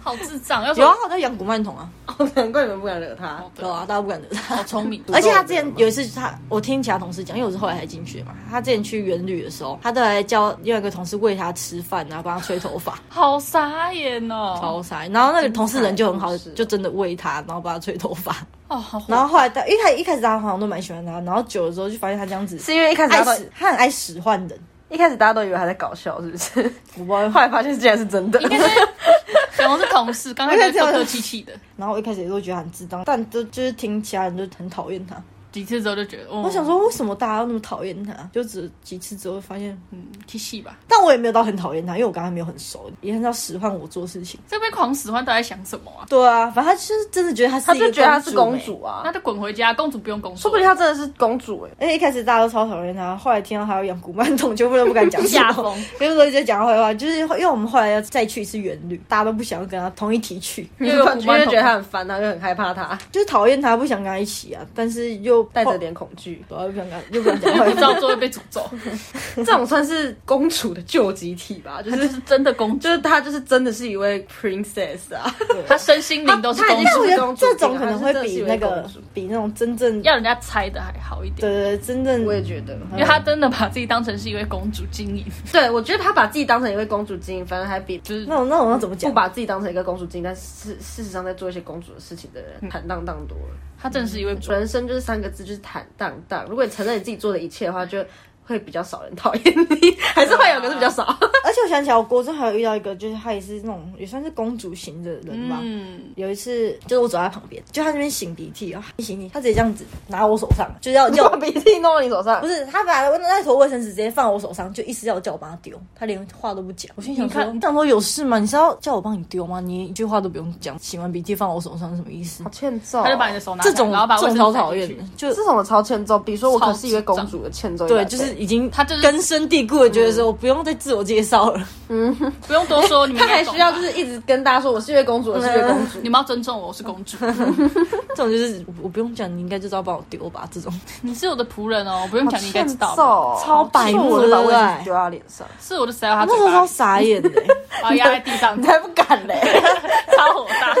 Speaker 3: 好智障，要
Speaker 2: 有啊
Speaker 3: 说，
Speaker 2: 他在养古曼童啊，
Speaker 4: 难怪你们不敢惹他。
Speaker 5: 有啊，大家不敢惹他。
Speaker 3: 好聪明，
Speaker 2: 而且他之前有一次他，我听其他同事讲，因为我是后来才进去嘛，他之前去园旅的时候，他都来叫另外一个同事喂他吃饭啊，帮他吹头发，
Speaker 3: 好傻眼哦，
Speaker 2: 超傻。然后那个同事人就很好
Speaker 4: 精彩的故事，
Speaker 2: 就真的喂他，然后帮他吹头发。
Speaker 3: 哦，好火，
Speaker 2: 然后后来他一开一开始大家好像都蛮喜欢他，然后久了之后就发现他这样子
Speaker 4: 是因为一开始大
Speaker 2: 爱
Speaker 4: 家都
Speaker 2: 使，他很爱使唤人。
Speaker 4: 一开始大家都以为他在搞笑，是不 是？
Speaker 2: 我不知道
Speaker 4: 后来发现竟然是真的。
Speaker 3: 小红是同事，刚开始客客气气的，
Speaker 2: 然后我一开始也都觉得他很智障，但就就是听其他人就很讨厌他。
Speaker 3: 几次之后就觉得，哦
Speaker 2: 我想，说，为什么大家都那么讨厌他？就只几次之后发现，
Speaker 3: 嗯，气气吧，
Speaker 2: 但我也没有到很讨厌他，因为我跟他没有很熟，也很少使唤我做事情。
Speaker 3: 这被狂使唤到底在想什么啊？
Speaker 2: 对啊，反正他就是真的觉得他是
Speaker 4: 他
Speaker 2: 一个
Speaker 4: 就觉得她是公
Speaker 2: 主
Speaker 4: 主啊
Speaker 3: 那，就滚回家，公主不用工
Speaker 4: 说
Speaker 3: 作
Speaker 4: 不，定她真的是公主哎、
Speaker 2: 欸。而且一开始大家都超讨厌他，后来听到他要养古曼童，全部都不敢讲
Speaker 3: 下
Speaker 2: 话，
Speaker 3: 风
Speaker 2: 全部都一直在讲坏话。就是因为我们后来要再去一次园旅，大家都不想要跟他同一题去，
Speaker 3: 又
Speaker 4: 因
Speaker 3: 有
Speaker 4: 为
Speaker 3: 古曼
Speaker 4: 觉得她
Speaker 3: 童，
Speaker 4: 很烦，然后又很害怕她，
Speaker 2: 就是讨厌他，不想跟他一起啊。但是又。
Speaker 4: 带着，点恐惧
Speaker 2: 又不想跟他，又不想讲坏
Speaker 3: 不知道
Speaker 2: 话。
Speaker 3: 做会被诅咒，
Speaker 4: 这种算是公主的救集体吧，就
Speaker 3: 她
Speaker 4: 是
Speaker 3: 就是真的公主
Speaker 4: 就，是她就是真的是一位 princess 啊，
Speaker 3: 她身心灵都是
Speaker 4: 她她
Speaker 3: 公
Speaker 4: 已经
Speaker 2: 但
Speaker 3: 主，
Speaker 2: 我觉得
Speaker 4: 公主病
Speaker 2: 这
Speaker 4: 啊
Speaker 2: 种可能会比那
Speaker 4: 她
Speaker 2: 个
Speaker 4: 是真的是一位公主
Speaker 2: 比那种真正
Speaker 3: 要人家猜的还好一点。
Speaker 2: 的真正
Speaker 4: 我也觉得。
Speaker 3: 因为她真的把自己当成是一位公主经营，
Speaker 4: 嗯对，我觉得她把自己当成一位公主经营，反而还比就是
Speaker 2: 那种那种要怎么
Speaker 4: 不
Speaker 2: 讲？
Speaker 4: 把自己当成一个公主经营，但事事实上在做一些公主的事情的人，坦荡荡多了。
Speaker 3: 她真的是一位主。
Speaker 4: 人生就是三个字，就是坦荡荡。如果你承认你自己做的一切的话，就会比较少人讨厌你，还是会有，可是比较少。
Speaker 2: 而且我想起来，我国中还有遇到一个，就是她也是那种也算是公主型的人吧。
Speaker 3: 嗯，
Speaker 2: 有一次，就是我走在她旁边，就她那边擤鼻涕啊，擤你，她直接这样子拿我手上，就要 要
Speaker 4: 把鼻涕弄到你手上
Speaker 2: 不，是她把那那坨卫生纸直接放我手上，就一直要我叫我帮她丢，她连话都不讲。我心想说，
Speaker 3: 你看
Speaker 2: 想说有事吗？你是要叫我帮你丢吗？你一句话都不用讲，擤完鼻涕放我手上是什么意思
Speaker 4: 好？欠揍哦。
Speaker 3: 她就把你的手拿起
Speaker 2: 这
Speaker 3: 来，
Speaker 2: 种
Speaker 3: 然后把
Speaker 2: 这
Speaker 3: 卫
Speaker 2: 种
Speaker 3: 生
Speaker 2: 超
Speaker 3: 纸塞
Speaker 2: 讨厌
Speaker 3: 进
Speaker 2: 的
Speaker 3: 去，
Speaker 2: 就
Speaker 4: 这种我超欠揍。比如说我可是一位公主的欠揍一百
Speaker 2: 对，
Speaker 4: 倍，
Speaker 2: 就是已经
Speaker 3: 她就是嗯
Speaker 2: 根深蒂固的觉得说，我不用再自我介绍了。
Speaker 3: 不用多说，你们
Speaker 4: 她
Speaker 3: 应该
Speaker 4: 还
Speaker 3: 懂
Speaker 4: 需要就是一直跟大家说我是一位公主，我是一位公主。
Speaker 3: 你们要尊重我，我是公主，
Speaker 2: 这种就是我我不用讲，你应该就知道帮我丢吧。这种
Speaker 3: 你是我的仆人哦，我不用讲，你应该知道
Speaker 4: 欠
Speaker 3: 吧。
Speaker 4: 揍哦，
Speaker 2: 超白目
Speaker 4: 我就把
Speaker 2: 对不
Speaker 4: 卫
Speaker 2: 对
Speaker 4: 生纸丢到脸上，
Speaker 3: 是我就塞到她
Speaker 2: 那时候
Speaker 3: 嘴
Speaker 2: 啊超
Speaker 3: 巴，
Speaker 2: 傻眼的、
Speaker 3: 把她压在地上
Speaker 4: 你，才不敢嘞！
Speaker 3: 超火大。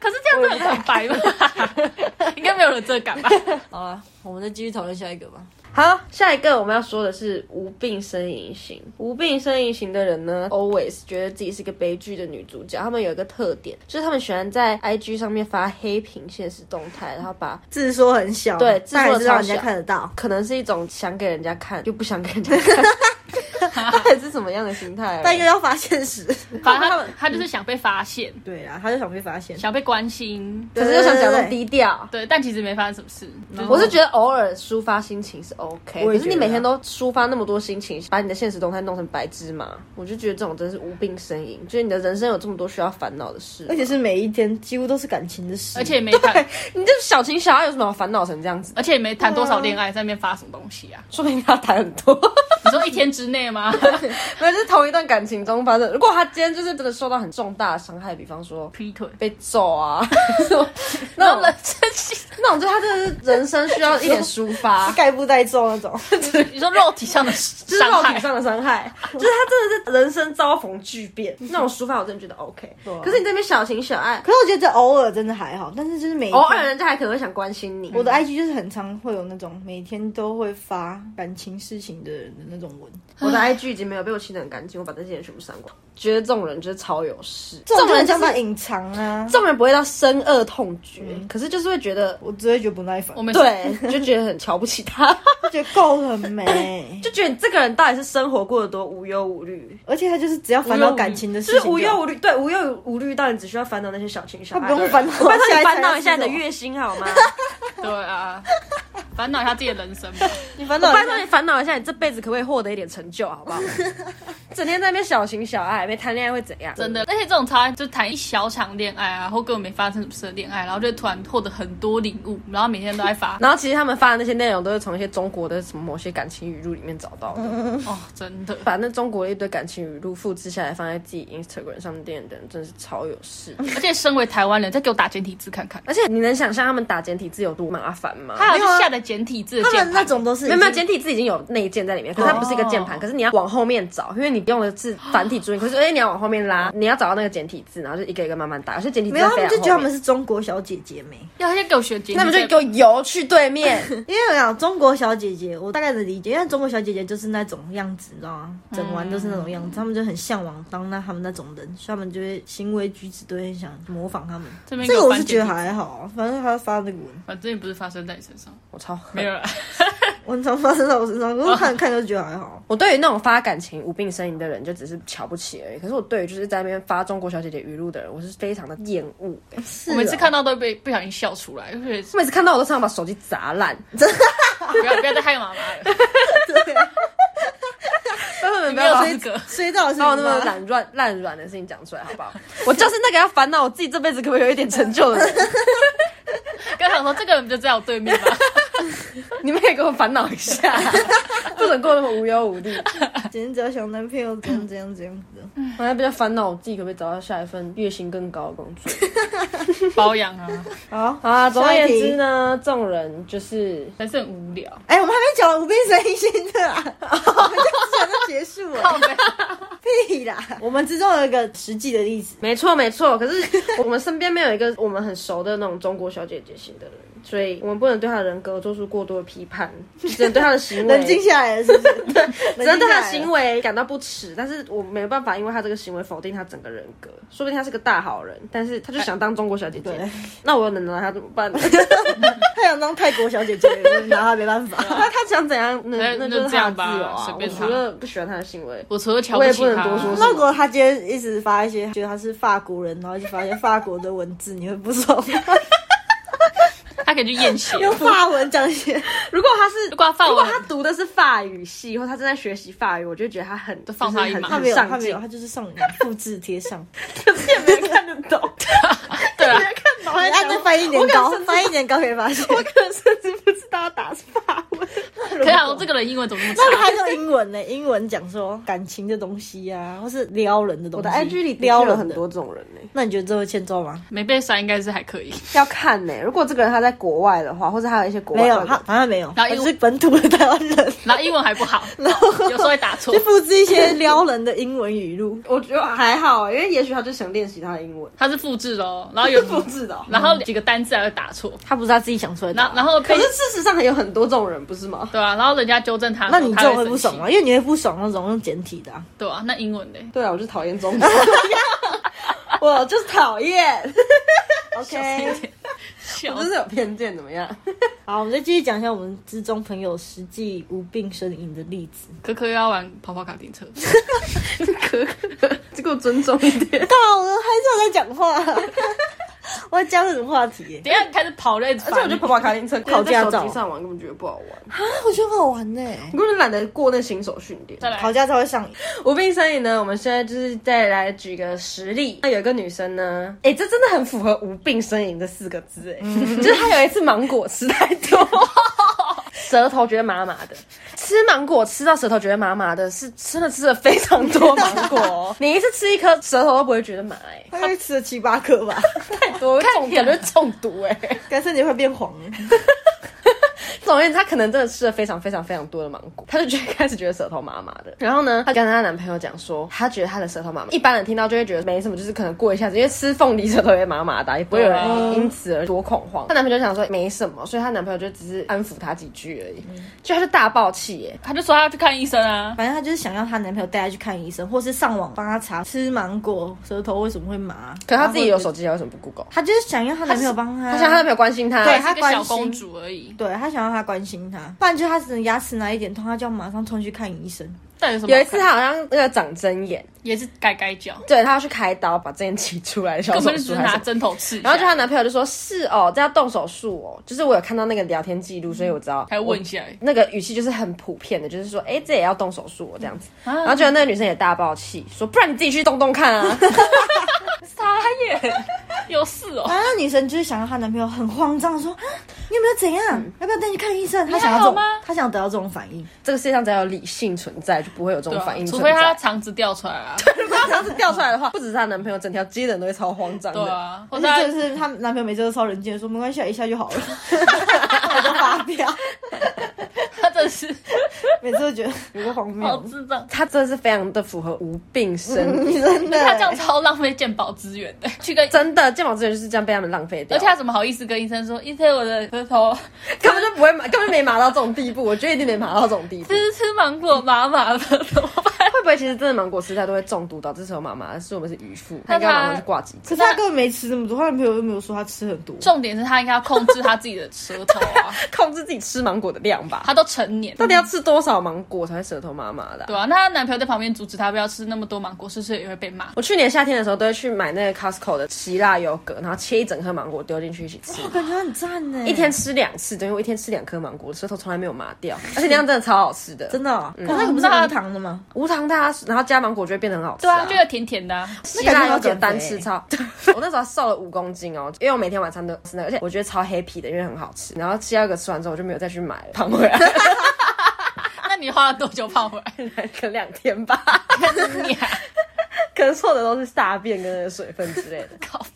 Speaker 3: 可是这样真的很白吧？应该没有人这敢吧？
Speaker 2: 好了，我们再继续讨论下一个吧。
Speaker 4: 好，下一个我们要说的是无病呻吟型。无病呻吟型的人呢，always 觉得自己是个悲剧的女主角。他们有一个特点，就是他们喜欢在 IG 上面发黑屏现实动态，然后把
Speaker 2: 字说很小，
Speaker 4: 对字
Speaker 2: 但还
Speaker 4: 说
Speaker 2: 是让
Speaker 4: 超
Speaker 2: 人
Speaker 4: 小
Speaker 2: 家看得到。
Speaker 4: 可能是一种想给人家看又不想给人家看， 到底是什么样的心态啊？
Speaker 2: 但又要发现实，
Speaker 3: 反正她她就是想被发现，
Speaker 2: 对啊，他就想被发现。
Speaker 3: 想被关心，
Speaker 4: 可是又想假装低调。
Speaker 3: 对，但其实没发生什么事。
Speaker 4: 我是觉得偶尔抒发心情是 OK，
Speaker 2: 我也觉得
Speaker 4: 可
Speaker 2: 啊
Speaker 4: 是你每天都抒发那么多心情，把你的现实动态弄成白芝麻，我就觉得这种真是无病呻吟。就是你的人生有这么多需要烦恼的事，
Speaker 2: 而且是每一天几乎都是感情的事，，
Speaker 3: 而且也没谈，
Speaker 4: 你这小情小爱有什么好烦恼成这样子？
Speaker 3: 而且也没谈多少恋
Speaker 4: 嗯
Speaker 3: 爱，在那边发什么东西啊？
Speaker 4: 说不定他谈很多，
Speaker 3: 你说一天之内 吗？
Speaker 4: 没有，就是同一段感情中发生。如果他今天就是真的受到很重大的伤害，比方说
Speaker 3: 劈 腿，
Speaker 4: 被揍啊， 那种
Speaker 3: 真心。
Speaker 4: 那种，就他真的是人生需要一点抒发
Speaker 2: 概不带重那种。
Speaker 3: 你说肉体上的
Speaker 4: 就是
Speaker 3: 伤
Speaker 4: 肉
Speaker 3: 害
Speaker 4: 体，上的伤 害，就是他真的是人生遭逢巨变，那种抒发我真的觉得 OK。可是你这边小情小爱，
Speaker 2: 可是我觉得这偶尔真的还好，但是就是每一
Speaker 4: 偶尔
Speaker 2: 天。
Speaker 4: 人家还可能会想关心你。
Speaker 2: 我的 IG 就是很常会有那种每天都会发感情事情的人的那种文，
Speaker 4: 我的 IG 已经没有被我清得很干净，我把这些人全部删光。觉得这种人就是超有事，
Speaker 2: 这
Speaker 4: 这种人就
Speaker 2: 叫
Speaker 4: 是
Speaker 2: 做隐藏啊，
Speaker 4: 这种人不会到深恶痛绝，可是就是会觉得，
Speaker 2: 我只会觉得不耐烦
Speaker 3: 我，们
Speaker 4: 对，就觉得很瞧不起他，
Speaker 2: 就觉得够了没？
Speaker 4: 就觉得你这个人到底是生活过得多无忧无虑，
Speaker 2: 而且他就是只要烦恼感情的事
Speaker 4: 就
Speaker 2: 情
Speaker 4: 是
Speaker 2: 好，
Speaker 4: 无忧无虑，对，无忧无虑到你只需要烦恼那些小情小
Speaker 2: 他
Speaker 4: 爱，
Speaker 2: 不用烦恼，
Speaker 4: 拜
Speaker 2: 下
Speaker 4: 托你
Speaker 2: 一
Speaker 4: 烦恼
Speaker 2: 餐
Speaker 4: 一下你的
Speaker 2: 是什么
Speaker 4: 月薪 好吗？
Speaker 3: 对啊，烦恼一下自己的人生吧。
Speaker 2: 你烦恼一
Speaker 4: 拜
Speaker 2: 下
Speaker 4: 托你烦恼一下你这辈子可不可以获得一点成就，好不好？整天在那边小情小爱，没谈恋爱会怎样？，
Speaker 3: 真的，而且这种超爱就谈一小场恋爱啊，或根本没发生什么事的恋爱，然后就突然获得很多领悟，然后每天都在发
Speaker 4: 然后其实他们发的那些内容都是从一些中国的什么某些感情语录里面找到
Speaker 2: 嗯
Speaker 4: 的，
Speaker 3: 哦，真的。
Speaker 4: 把那中国的一堆感情语录复制下来放在自己 Instagram 上面的人真是超有事。
Speaker 2: 嗯
Speaker 3: 而且身为台湾人，再给我打简体字看看，
Speaker 4: 而且你能想象他们打简体字有多麻烦吗？
Speaker 3: 他还要去下载简体字的
Speaker 2: 他
Speaker 3: 键
Speaker 2: 们
Speaker 3: 盘，
Speaker 2: 那种都是
Speaker 4: 没有没有，
Speaker 2: 已经
Speaker 4: 简体字已经有内建在里面，可是它
Speaker 2: 哦
Speaker 4: 不是一个键盘，可是你要往后面找，因为你用的字繁体注音，可是哎、你要往后面拉，你要找到那个简体字，然后就一个一个慢慢打，有些简体字
Speaker 2: 没有，他
Speaker 4: 非
Speaker 2: 们
Speaker 4: 常
Speaker 2: 就觉得他
Speaker 4: 后面
Speaker 2: 们是中国小姐姐没？
Speaker 3: 要先给我学简体字，
Speaker 4: 那么就给我游去 对面，
Speaker 2: 因为我讲中国小姐姐，我大概能理解，因为中国小姐姐就是那种样子，你知道吗？整完都是那种样子，他们就很向往当那他们那种人，所以他们就会行为举止都会想模仿他们。
Speaker 3: 这边
Speaker 2: 这
Speaker 3: 给
Speaker 2: 个我
Speaker 3: 翻
Speaker 2: 是
Speaker 3: 简体
Speaker 2: 觉
Speaker 3: 字
Speaker 2: 得，还好啊，反正他发那个文，
Speaker 3: 反正也不是发生在你身上，
Speaker 4: 我超恨
Speaker 3: 没有啦。
Speaker 2: 文章发生在我身上，可是我看看就觉得还好。
Speaker 4: 我对于那种发感情无病呻吟的人，就只是瞧不起而已。可是我对于就是在那边发中国小姐姐语录的人，我是非常的厌恶、欸。
Speaker 2: 是
Speaker 3: 我每次
Speaker 2: 哦
Speaker 3: 看到都会被不小心笑出来，就觉得
Speaker 4: 我每次看到我都想把手机 砸烂，
Speaker 3: 不要不要再害妈妈了，
Speaker 2: 对啊，
Speaker 3: 你没有
Speaker 4: 把
Speaker 3: 资格。
Speaker 2: 所以到底是
Speaker 4: 把我那
Speaker 2: 你
Speaker 4: 么
Speaker 2: 妈
Speaker 4: 懒乱烂软的事情讲出来，好 不好？我就是那个要烦恼我自己这辈子可不可以有一点成就 的人。
Speaker 3: 刚想说这个人不就在我对面吗？
Speaker 4: 你们也给我烦恼一下，不准过得那么无忧无虑。
Speaker 2: 今天只要想男朋友这样这样这样子的，
Speaker 4: 我还比较烦恼我自己可不可以找到下一份月薪更高的工作。
Speaker 3: 包养啊，
Speaker 2: 好
Speaker 4: 好啊，总而
Speaker 2: 下一
Speaker 4: 言
Speaker 2: 题
Speaker 4: 之呢，这种人就是
Speaker 3: 还是很无聊。
Speaker 2: 哎、我们还没讲完无病呻吟心的 啊，我们就想到结束了， 屁啦！我们之中有一个实际的例子，
Speaker 4: 没错，没错。可是我们身边没有一个我们很熟的那种中国小姐姐型的人，所以我们不能对她的人格做出过多的批判，只能对她的行为
Speaker 2: 冷静下来了，是不 是？
Speaker 4: 只
Speaker 2: 只
Speaker 4: 能对她的行为感到不耻。但是我没有办法，因为她这个行为否定她整个人格。说不定她是个大好人，但是她就想当中国小姐姐
Speaker 2: 哎对，
Speaker 4: 那我能拿她怎么 办？呢？
Speaker 2: 他想当泰国小姐姐，我拿他没办法。
Speaker 4: 那她想怎样，那
Speaker 3: 那
Speaker 4: 那
Speaker 3: 那
Speaker 4: 就是
Speaker 3: 这
Speaker 4: 她
Speaker 3: 样
Speaker 4: 的
Speaker 3: 吧
Speaker 4: 自由啊
Speaker 3: 随。
Speaker 4: 我
Speaker 3: 便她
Speaker 4: 除了不喜欢她的行为，
Speaker 3: 我除了瞧
Speaker 4: 我也
Speaker 3: 起
Speaker 4: 不能
Speaker 3: 他，
Speaker 4: 多说什么
Speaker 2: 那如果他今天一直发一些觉得他是法国人，然后一直发一些法国的文字，你会不爽 吗？
Speaker 3: 他可以去验血。
Speaker 2: 用法文讲一些，
Speaker 4: 如果她是
Speaker 3: 如果他放
Speaker 4: 如果
Speaker 3: 我，
Speaker 4: 他读的是法语系，或他正在学习法语，我就觉得他很
Speaker 3: 就放他一马
Speaker 2: 他
Speaker 4: 很
Speaker 2: 没
Speaker 4: 很
Speaker 2: 有，他
Speaker 4: 上
Speaker 2: 没
Speaker 4: 进
Speaker 2: 有，，他就是上瘾，复制贴上。
Speaker 4: 也没人看得懂。
Speaker 3: 对啊，
Speaker 2: 你按着翻译年糕，翻译年糕可以发现。
Speaker 4: 我可能甚至不知道他打是 法文。
Speaker 3: 可以啊，我这个人英文怎么那
Speaker 2: 那
Speaker 3: 么
Speaker 2: 个还有英文呢、英文讲说感情的东西啊，或是撩人的东
Speaker 4: 我
Speaker 2: 西。
Speaker 4: 的 IG 里
Speaker 2: 撩
Speaker 4: 撩了
Speaker 2: 人
Speaker 4: 很
Speaker 2: 的
Speaker 4: 多。这种人呢、
Speaker 2: 那你觉得这会欠揍吗？
Speaker 3: 差？没被删应该是还可以。
Speaker 4: 要看呢、如果这个人他在国外的话，或者他有一些国外
Speaker 2: 没有，
Speaker 4: 外国
Speaker 2: 他反正没有，
Speaker 3: 然
Speaker 2: 他
Speaker 3: 后英
Speaker 2: 是本土的台湾 人，
Speaker 3: 然后英文还不好，有时候会打错
Speaker 2: 就。复制一些撩人的英文语录。
Speaker 4: 我觉得还好，因为也许他就想练习他的 英文，
Speaker 3: 他是复制的哦，然后有
Speaker 4: 复制的哦、
Speaker 3: 然后几个单字还会打错，
Speaker 2: 他不是他自己想出来的
Speaker 3: 然
Speaker 2: 啊、
Speaker 3: 后然后
Speaker 4: 可
Speaker 3: 被
Speaker 4: 是事实上还有很多这种人，不是吗？
Speaker 3: 对啊，然后人家纠正他的时
Speaker 2: 那
Speaker 3: 候，
Speaker 2: 你这
Speaker 3: 他
Speaker 2: 种
Speaker 3: 会
Speaker 2: 会不
Speaker 3: 生
Speaker 2: 爽
Speaker 3: 气
Speaker 2: 吗？因为你会不爽那种用简体的、啊。
Speaker 3: 对啊，那英文嘞，
Speaker 4: 对啊，我就讨厌中 国，我就是讨 厌，
Speaker 2: OK，
Speaker 3: 笑
Speaker 4: 我真是有偏见，怎么样？
Speaker 2: 好，我们再继续讲一下我们之中朋友实际无病呻吟的例 子。
Speaker 3: 可可又要玩跑跑卡丁车，
Speaker 4: 这个尊重一点。
Speaker 2: 到了，还是我在讲 话。我要加入什么话题耶、
Speaker 3: 等一下开始跑了，一直
Speaker 4: 而且我觉得
Speaker 3: 烦
Speaker 4: 跑跑卡丁车
Speaker 2: 考驾照
Speaker 4: 在手机上玩根本觉得不好玩，
Speaker 2: 啊我觉得好玩呢、
Speaker 4: 你根本懒得过那新手训练。
Speaker 3: 再来
Speaker 2: 吵架才会上瘾。
Speaker 4: 无病呻吟呢，我们现在就是再来举个实例。那有一个女生呢，哎、这真的很符合“无病呻吟”这四个字，哎、就是她有一次芒果吃太多。舌头觉得麻麻的，吃芒果吃到舌头觉得麻麻的，是真的吃了非常多芒果哦、你一次吃一颗，舌头都不会觉得麻、哎，
Speaker 2: 大概吃了七八颗 吧，
Speaker 4: 太多中感觉中毒哎、
Speaker 2: 改身体会变黄。
Speaker 4: 总而言之，她可能真的吃了非常非常非常多的芒果，她就觉得开始觉得舌头麻麻的。然后呢，她跟她男朋友讲说，她觉得她的舌头麻麻。一般人听到就会觉得没什么，就是可能过一下子，因为吃凤梨舌头也麻麻的啊，也不会有人
Speaker 3: 对啊
Speaker 4: 因此而多恐慌。她男朋友就想说没什么，所以她男朋友就只是安抚她几句而已，
Speaker 3: 嗯
Speaker 4: 就她就大爆气耶。
Speaker 3: 他就说他要去看医生啊，
Speaker 2: 反正她就是想要她男朋友带她去看医生，或是上网帮她查吃芒果舌头为什么会麻。
Speaker 4: 可她自己有手机，她为什么不 Google？
Speaker 2: 她就是想要她男朋友帮
Speaker 3: 嗯
Speaker 2: 她，
Speaker 4: 她想她男朋友关心她，
Speaker 2: 对
Speaker 3: 是
Speaker 2: 她
Speaker 3: 个
Speaker 2: 关
Speaker 3: 小
Speaker 2: 心
Speaker 3: 公主而已。
Speaker 2: 对她想要他关心她，不然就她只能牙齿哪一点痛，她就要马上冲去看医生。
Speaker 3: 到底有什么好看？
Speaker 4: 有一次他好像那个长针眼，
Speaker 3: 也是改改脚，
Speaker 4: 对他要去开刀把针眼挤出来，小
Speaker 3: 根
Speaker 4: 手
Speaker 3: 本就只
Speaker 4: 术
Speaker 3: 是
Speaker 4: 还是什
Speaker 3: 拿
Speaker 4: 么
Speaker 3: 针头刺一下。
Speaker 4: 然后就她男朋友就说：“是哦，这要动手术哦。”就是我有看到那个聊天记录，所以我知道。
Speaker 3: 还问一下欸，
Speaker 4: 那个语气就是很普遍的，就是说，哎、这也要动手术、哦、这样子。
Speaker 3: 啊
Speaker 4: 然后结果那个女生也大爆气，说：“不然你自己去动动 看啊
Speaker 3: 傻眼， 有事哦。
Speaker 2: 然后那女生就是想要她男朋友很慌张，说啊你有没有怎样？要不要带你看医生？她想要这
Speaker 3: 你
Speaker 2: 种
Speaker 3: 还好吗，
Speaker 2: 她想要得到这种反应。！”
Speaker 4: 这个世界上只要有理性存在，就不会有这
Speaker 3: 对
Speaker 4: 种
Speaker 3: 啊
Speaker 4: 反应
Speaker 3: 除
Speaker 4: 存
Speaker 3: 非
Speaker 4: 在。
Speaker 3: 他肠子掉出来 啊，
Speaker 4: 如果她上次掉出来的话，不只是她男朋友，整条街的人都会超慌张的。
Speaker 3: 对啊，或
Speaker 2: 而
Speaker 3: 者
Speaker 2: 且
Speaker 3: 他
Speaker 2: 就是她男朋友每次都超冷静的说没关系啊，一下就好了，我都发飙，
Speaker 3: 他真的是
Speaker 2: 每次都觉得有个荒
Speaker 3: 好
Speaker 2: 谬，
Speaker 3: 智障。
Speaker 4: 她真的是非常的符合无 病呻吟，
Speaker 2: 真的
Speaker 3: 他这样超浪费鉴宝资源的，去跟，
Speaker 4: 真的，鉴宝资源就是这样被他们浪费掉，
Speaker 3: 而且他怎么好意思跟医生说，医生我的舌头啊
Speaker 4: 根本就不会麻，根本没麻到这种地步。我觉得一定没麻到这种地步。
Speaker 3: 吃吃芒果麻麻的，怎么 办？
Speaker 4: 会不会其实真的芒果吃太多会中毒，导致候妈妈是我们是渔夫，她应该
Speaker 3: 那她
Speaker 4: 马上去挂急诊。
Speaker 2: 可是她根本没吃那么多，她男朋友又没有说她吃很多，
Speaker 3: 重点是他应该要控制他自己的舌头啊，
Speaker 4: 控制自己吃芒果的量吧。
Speaker 3: 他都成年，
Speaker 4: 到底要吃多少芒果才会舌头麻麻的啊、
Speaker 3: 对啊，那她男朋友在旁边阻止她不要吃那么多芒果，是不是也会被骂？
Speaker 4: 我去年夏天的时候都会去买那个 Costco 的希腊优格，然后切一整颗芒果丢进去一起吃。
Speaker 2: 我感觉很赞呢，
Speaker 4: 一天吃两次，等于我一天吃两颗芒果，舌头从来没有麻掉，而且那样真的超好吃的，
Speaker 2: 真的哦，可是那个不是
Speaker 3: 那
Speaker 2: 无糖的吗？
Speaker 4: 无糖的、啊，然后加芒果就会变得很好吃、
Speaker 3: 对啊，
Speaker 4: 啊。
Speaker 3: 就会甜甜的、啊。
Speaker 4: 希
Speaker 2: 那感
Speaker 4: 腊
Speaker 2: 觉要
Speaker 4: 优格
Speaker 2: 减
Speaker 4: 单
Speaker 2: 肥
Speaker 4: 吃超， 我那时候瘦了五公斤哦，因为我每天晚餐都吃那个，而且我觉得超 happy 的，因为很好吃。然后希腊优格吃完之后，我就没有再去买了，胖回来
Speaker 3: 那你花了多久胖回来？
Speaker 4: 可能两天吧，
Speaker 3: 你还
Speaker 4: 可能错的都是大便跟那个水分之类的。
Speaker 3: 靠背，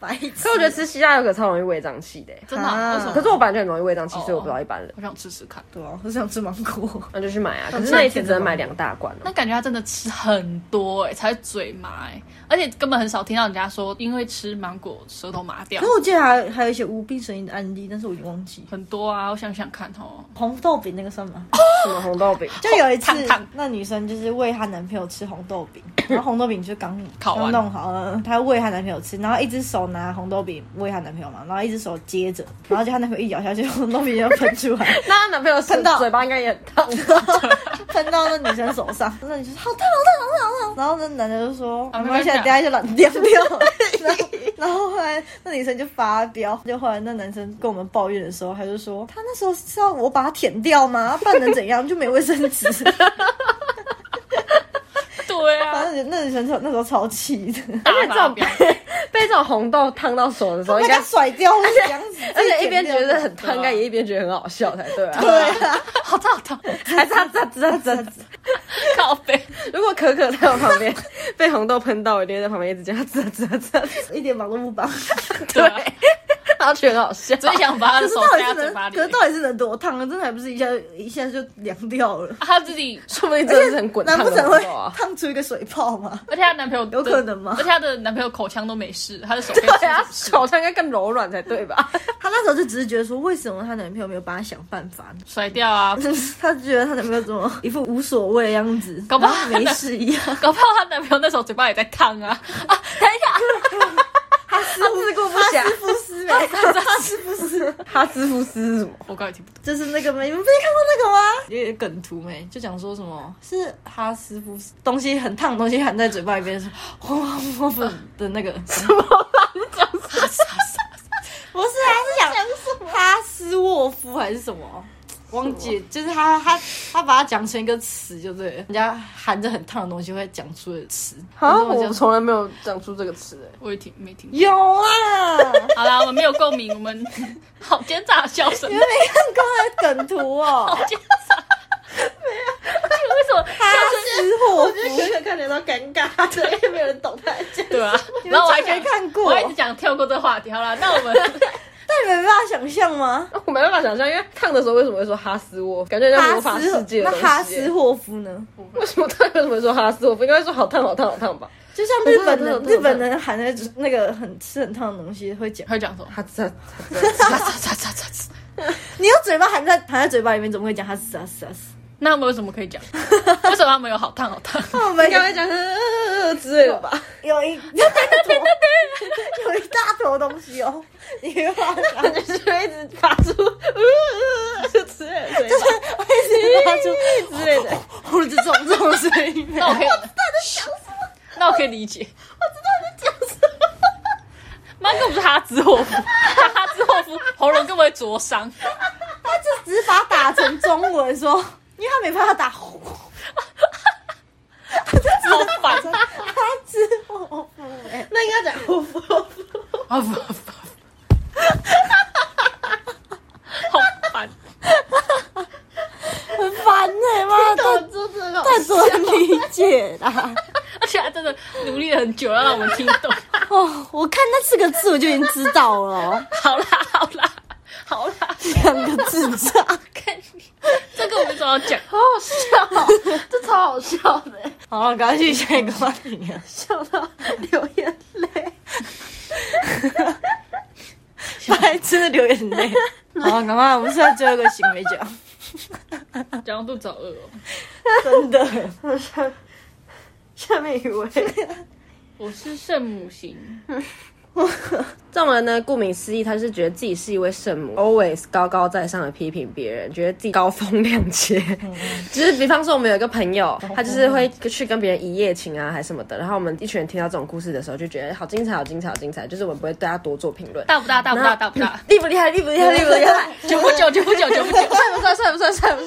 Speaker 2: 白痴
Speaker 4: 可我觉得吃希腊优格超容易胃胀气的欸、
Speaker 3: 真的啊、
Speaker 2: 啊
Speaker 3: 为什
Speaker 4: 可
Speaker 3: 么？
Speaker 4: 是我本来就很容易胃胀气，
Speaker 3: 哦
Speaker 4: 所以我不知道一般人。
Speaker 3: 我想吃吃看。
Speaker 2: 对啊，我想吃芒果，
Speaker 4: 那就去买啊！可是那一次只能买两大罐哦
Speaker 3: 那。感觉他真的吃很多哎、才会嘴麻哎、而且根本很少听到人家说因为吃芒果舌头麻掉
Speaker 2: 可。我记得还还有一些无病呻吟的案例，但是我已经忘记。
Speaker 3: 很多啊，我想想看哦，
Speaker 2: 红豆饼那个算吗？
Speaker 4: 什么红豆饼？
Speaker 2: 就有一次
Speaker 3: 烫烫，
Speaker 2: 那女生就是喂她男朋友吃红豆饼，然后红豆饼就刚
Speaker 3: 烤完
Speaker 2: 刚弄好了，她喂她男朋友吃，然后一只手拿红豆饼喂她男朋友嘛，然后一只手接着，然后就她男朋友一咬下去，红豆饼就喷出来，
Speaker 4: 那她男朋友
Speaker 2: 喷到
Speaker 4: 嘴巴应该也很 烫。
Speaker 2: 喷到那女生手上，那女生说好烫好烫好烫好烫，然后那男的就说
Speaker 3: 啊
Speaker 2: 没关系，
Speaker 3: 没关系啊
Speaker 2: 等一下就软掉掉了，然后然后后来那女生就发飙，就后来那男生跟我们抱怨的时候，他就说他那时候是要我把它舔掉吗？不然能怎样？就没卫生纸。
Speaker 3: 对
Speaker 2: 反
Speaker 3: 啊，
Speaker 2: 正那女生超那时候超气的，
Speaker 3: 大
Speaker 4: 而且这
Speaker 3: 发
Speaker 4: 种
Speaker 3: 飙
Speaker 4: 被，被这种红豆烫到手的时 候，应
Speaker 2: 那
Speaker 4: 该
Speaker 2: 个甩掉了这样子，
Speaker 4: 而且一边觉得很
Speaker 3: 对啊
Speaker 4: 烫，应该也一边觉得很好笑才 对啊。
Speaker 2: 对啊，
Speaker 3: 好烫好烫，
Speaker 4: 还是他他他他 他，
Speaker 3: 靠 背，
Speaker 4: 如果可可在我旁边 被红豆喷到，我一定会在旁边一直这样 滋滋滋，
Speaker 2: 一点忙都不帮。
Speaker 3: 对啊，
Speaker 4: 然后觉得很好笑。
Speaker 3: 只是想把
Speaker 2: 可
Speaker 3: 他的
Speaker 2: 是
Speaker 3: 手
Speaker 2: 到
Speaker 3: 塞
Speaker 2: 底
Speaker 3: 他
Speaker 2: 是
Speaker 3: 嘴
Speaker 2: 能
Speaker 3: 巴，里
Speaker 2: 可
Speaker 3: 而
Speaker 2: 是
Speaker 3: 已。
Speaker 2: 到底是能多烫啊？真的还不是一下一下就凉掉了？
Speaker 3: 啊他自己
Speaker 4: 说不定真的是很滚烫
Speaker 2: 难
Speaker 4: 的
Speaker 2: 不成
Speaker 4: 红
Speaker 2: 会
Speaker 4: 豆啊！
Speaker 2: 烫出一个水泡吗？
Speaker 3: 而且她男朋友
Speaker 2: 有可能吗
Speaker 3: 而且她的男朋友口腔都没事，她的手被
Speaker 4: 对啊，手上应该更柔软才对 吧？
Speaker 2: 她那时候就只是觉得说，为什么她男朋友没有帮她想办法？
Speaker 3: 甩掉啊，
Speaker 2: 她觉得她男朋友怎么一副无所谓的样子，
Speaker 3: 搞不好
Speaker 2: 然后没事一样。
Speaker 3: 搞不好她男朋友那时候嘴巴也在烫啊啊！等一下，
Speaker 4: 自顾不暇，
Speaker 2: 不是没
Speaker 4: 哈斯夫斯是什么？
Speaker 3: 我刚才听不懂，
Speaker 2: 就是那个没，你们没看过那个吗？
Speaker 5: 有点梗图没，就讲说什么是哈斯夫斯东西很烫，东西含在嘴巴里边，是 轰轰轰轰的那个，不是啊，是讲哈斯沃夫还是什么？忘记，就是他他他把它讲成一个词，就对了，人家含着很烫的东西会讲出的词。
Speaker 4: 啊，
Speaker 5: 可是
Speaker 4: 我
Speaker 5: 讲
Speaker 4: 从来没有讲出这个词哎。
Speaker 3: 我也听没听。
Speaker 2: 有啊，
Speaker 3: 好啦，我们没有共鸣，我们 好奸诈的笑声，好
Speaker 2: 看过那个梗图哦。
Speaker 3: 奸 诈。为什么笑声？
Speaker 2: 我觉
Speaker 4: 可可看起来都尴尬，对，因为没有人懂他在讲。
Speaker 3: 对啊，然后我还想
Speaker 2: 没看过
Speaker 3: 我还一直想跳过这个话题。好啦，那我们
Speaker 2: 但你没办法想象吗？
Speaker 4: 哦我没办法想象，因为烫的时候为什么会说哈斯沃？感觉像魔法世界的
Speaker 2: 那
Speaker 4: 东西
Speaker 2: 哈斯霍夫呢？
Speaker 4: 为什么他为什么会说哈斯沃？不应该说好烫好烫好烫吧？
Speaker 2: 就像日本人，
Speaker 4: 我知道
Speaker 2: 日本人含在那个很吃很烫的东西会讲，
Speaker 3: 会讲什么？
Speaker 4: 哈斯
Speaker 3: 擦擦擦擦擦擦。
Speaker 2: 你用嘴巴含在含在嘴巴里面，怎么会讲哈斯哈斯哈斯？
Speaker 3: 那我们为什么可以讲？为什么他们有好烫好烫？
Speaker 2: 那我们
Speaker 4: 应该会讲呃之类 的吧？
Speaker 2: 有一有一大坨，有一大坨东西哦，你给我拿
Speaker 4: 就是会一直发出呃之类的声音吧，
Speaker 5: 发出
Speaker 4: 之类的。
Speaker 5: 或者这种这种声音，
Speaker 3: 那我可以，那我可以理解。我知道你在讲什么。妈根本就是哈兹霍夫，哈兹霍夫喉咙根本会灼伤。
Speaker 2: 只是把它打成中文说，因为他没办法打红，
Speaker 3: 超烦。
Speaker 2: 他只我
Speaker 4: 那应该讲呼呼呼
Speaker 3: 啊不不不，好烦。
Speaker 5: 很烦哎、欸、妈，太
Speaker 4: 呼这种。
Speaker 5: 太不能理解啦。
Speaker 3: 而且他真的努力了很久，要让我们听懂。
Speaker 5: 哦，我看那四个字我就已经知道了哦，
Speaker 3: 好啦好啦好啦，
Speaker 5: 两个字差。
Speaker 3: 看你这个我们总要讲。
Speaker 4: 这超好笑的，
Speaker 5: 好了，赶快去下一个话题啊！
Speaker 4: 笑到流眼泪。
Speaker 5: 白痴流眼 泪。好，赶快，我们现在最后一个行为讲，
Speaker 3: 讲到肚子好饿哦，
Speaker 5: 真的。
Speaker 4: 下面 一位，
Speaker 5: 啊
Speaker 3: 我是圣母型，
Speaker 4: 这种人呢，顾名思义，他是觉得自己是一位圣母，always 高高在上的批评别人，觉得自己高风亮节。 就是比方说，我们有一个朋友，他就是会去跟别人一夜情啊，还什么的。然后我们一群人听到这种故事的时候，就觉得好精彩，好精彩，好精彩。就是我们不会对他多做评论。
Speaker 3: 大不大？大不大？大不大？
Speaker 4: 厉不厉害？厉不厉害？厉不厉害？
Speaker 3: 九不九？九不九？九不九？
Speaker 4: 帅不帅？帅不帅？帅不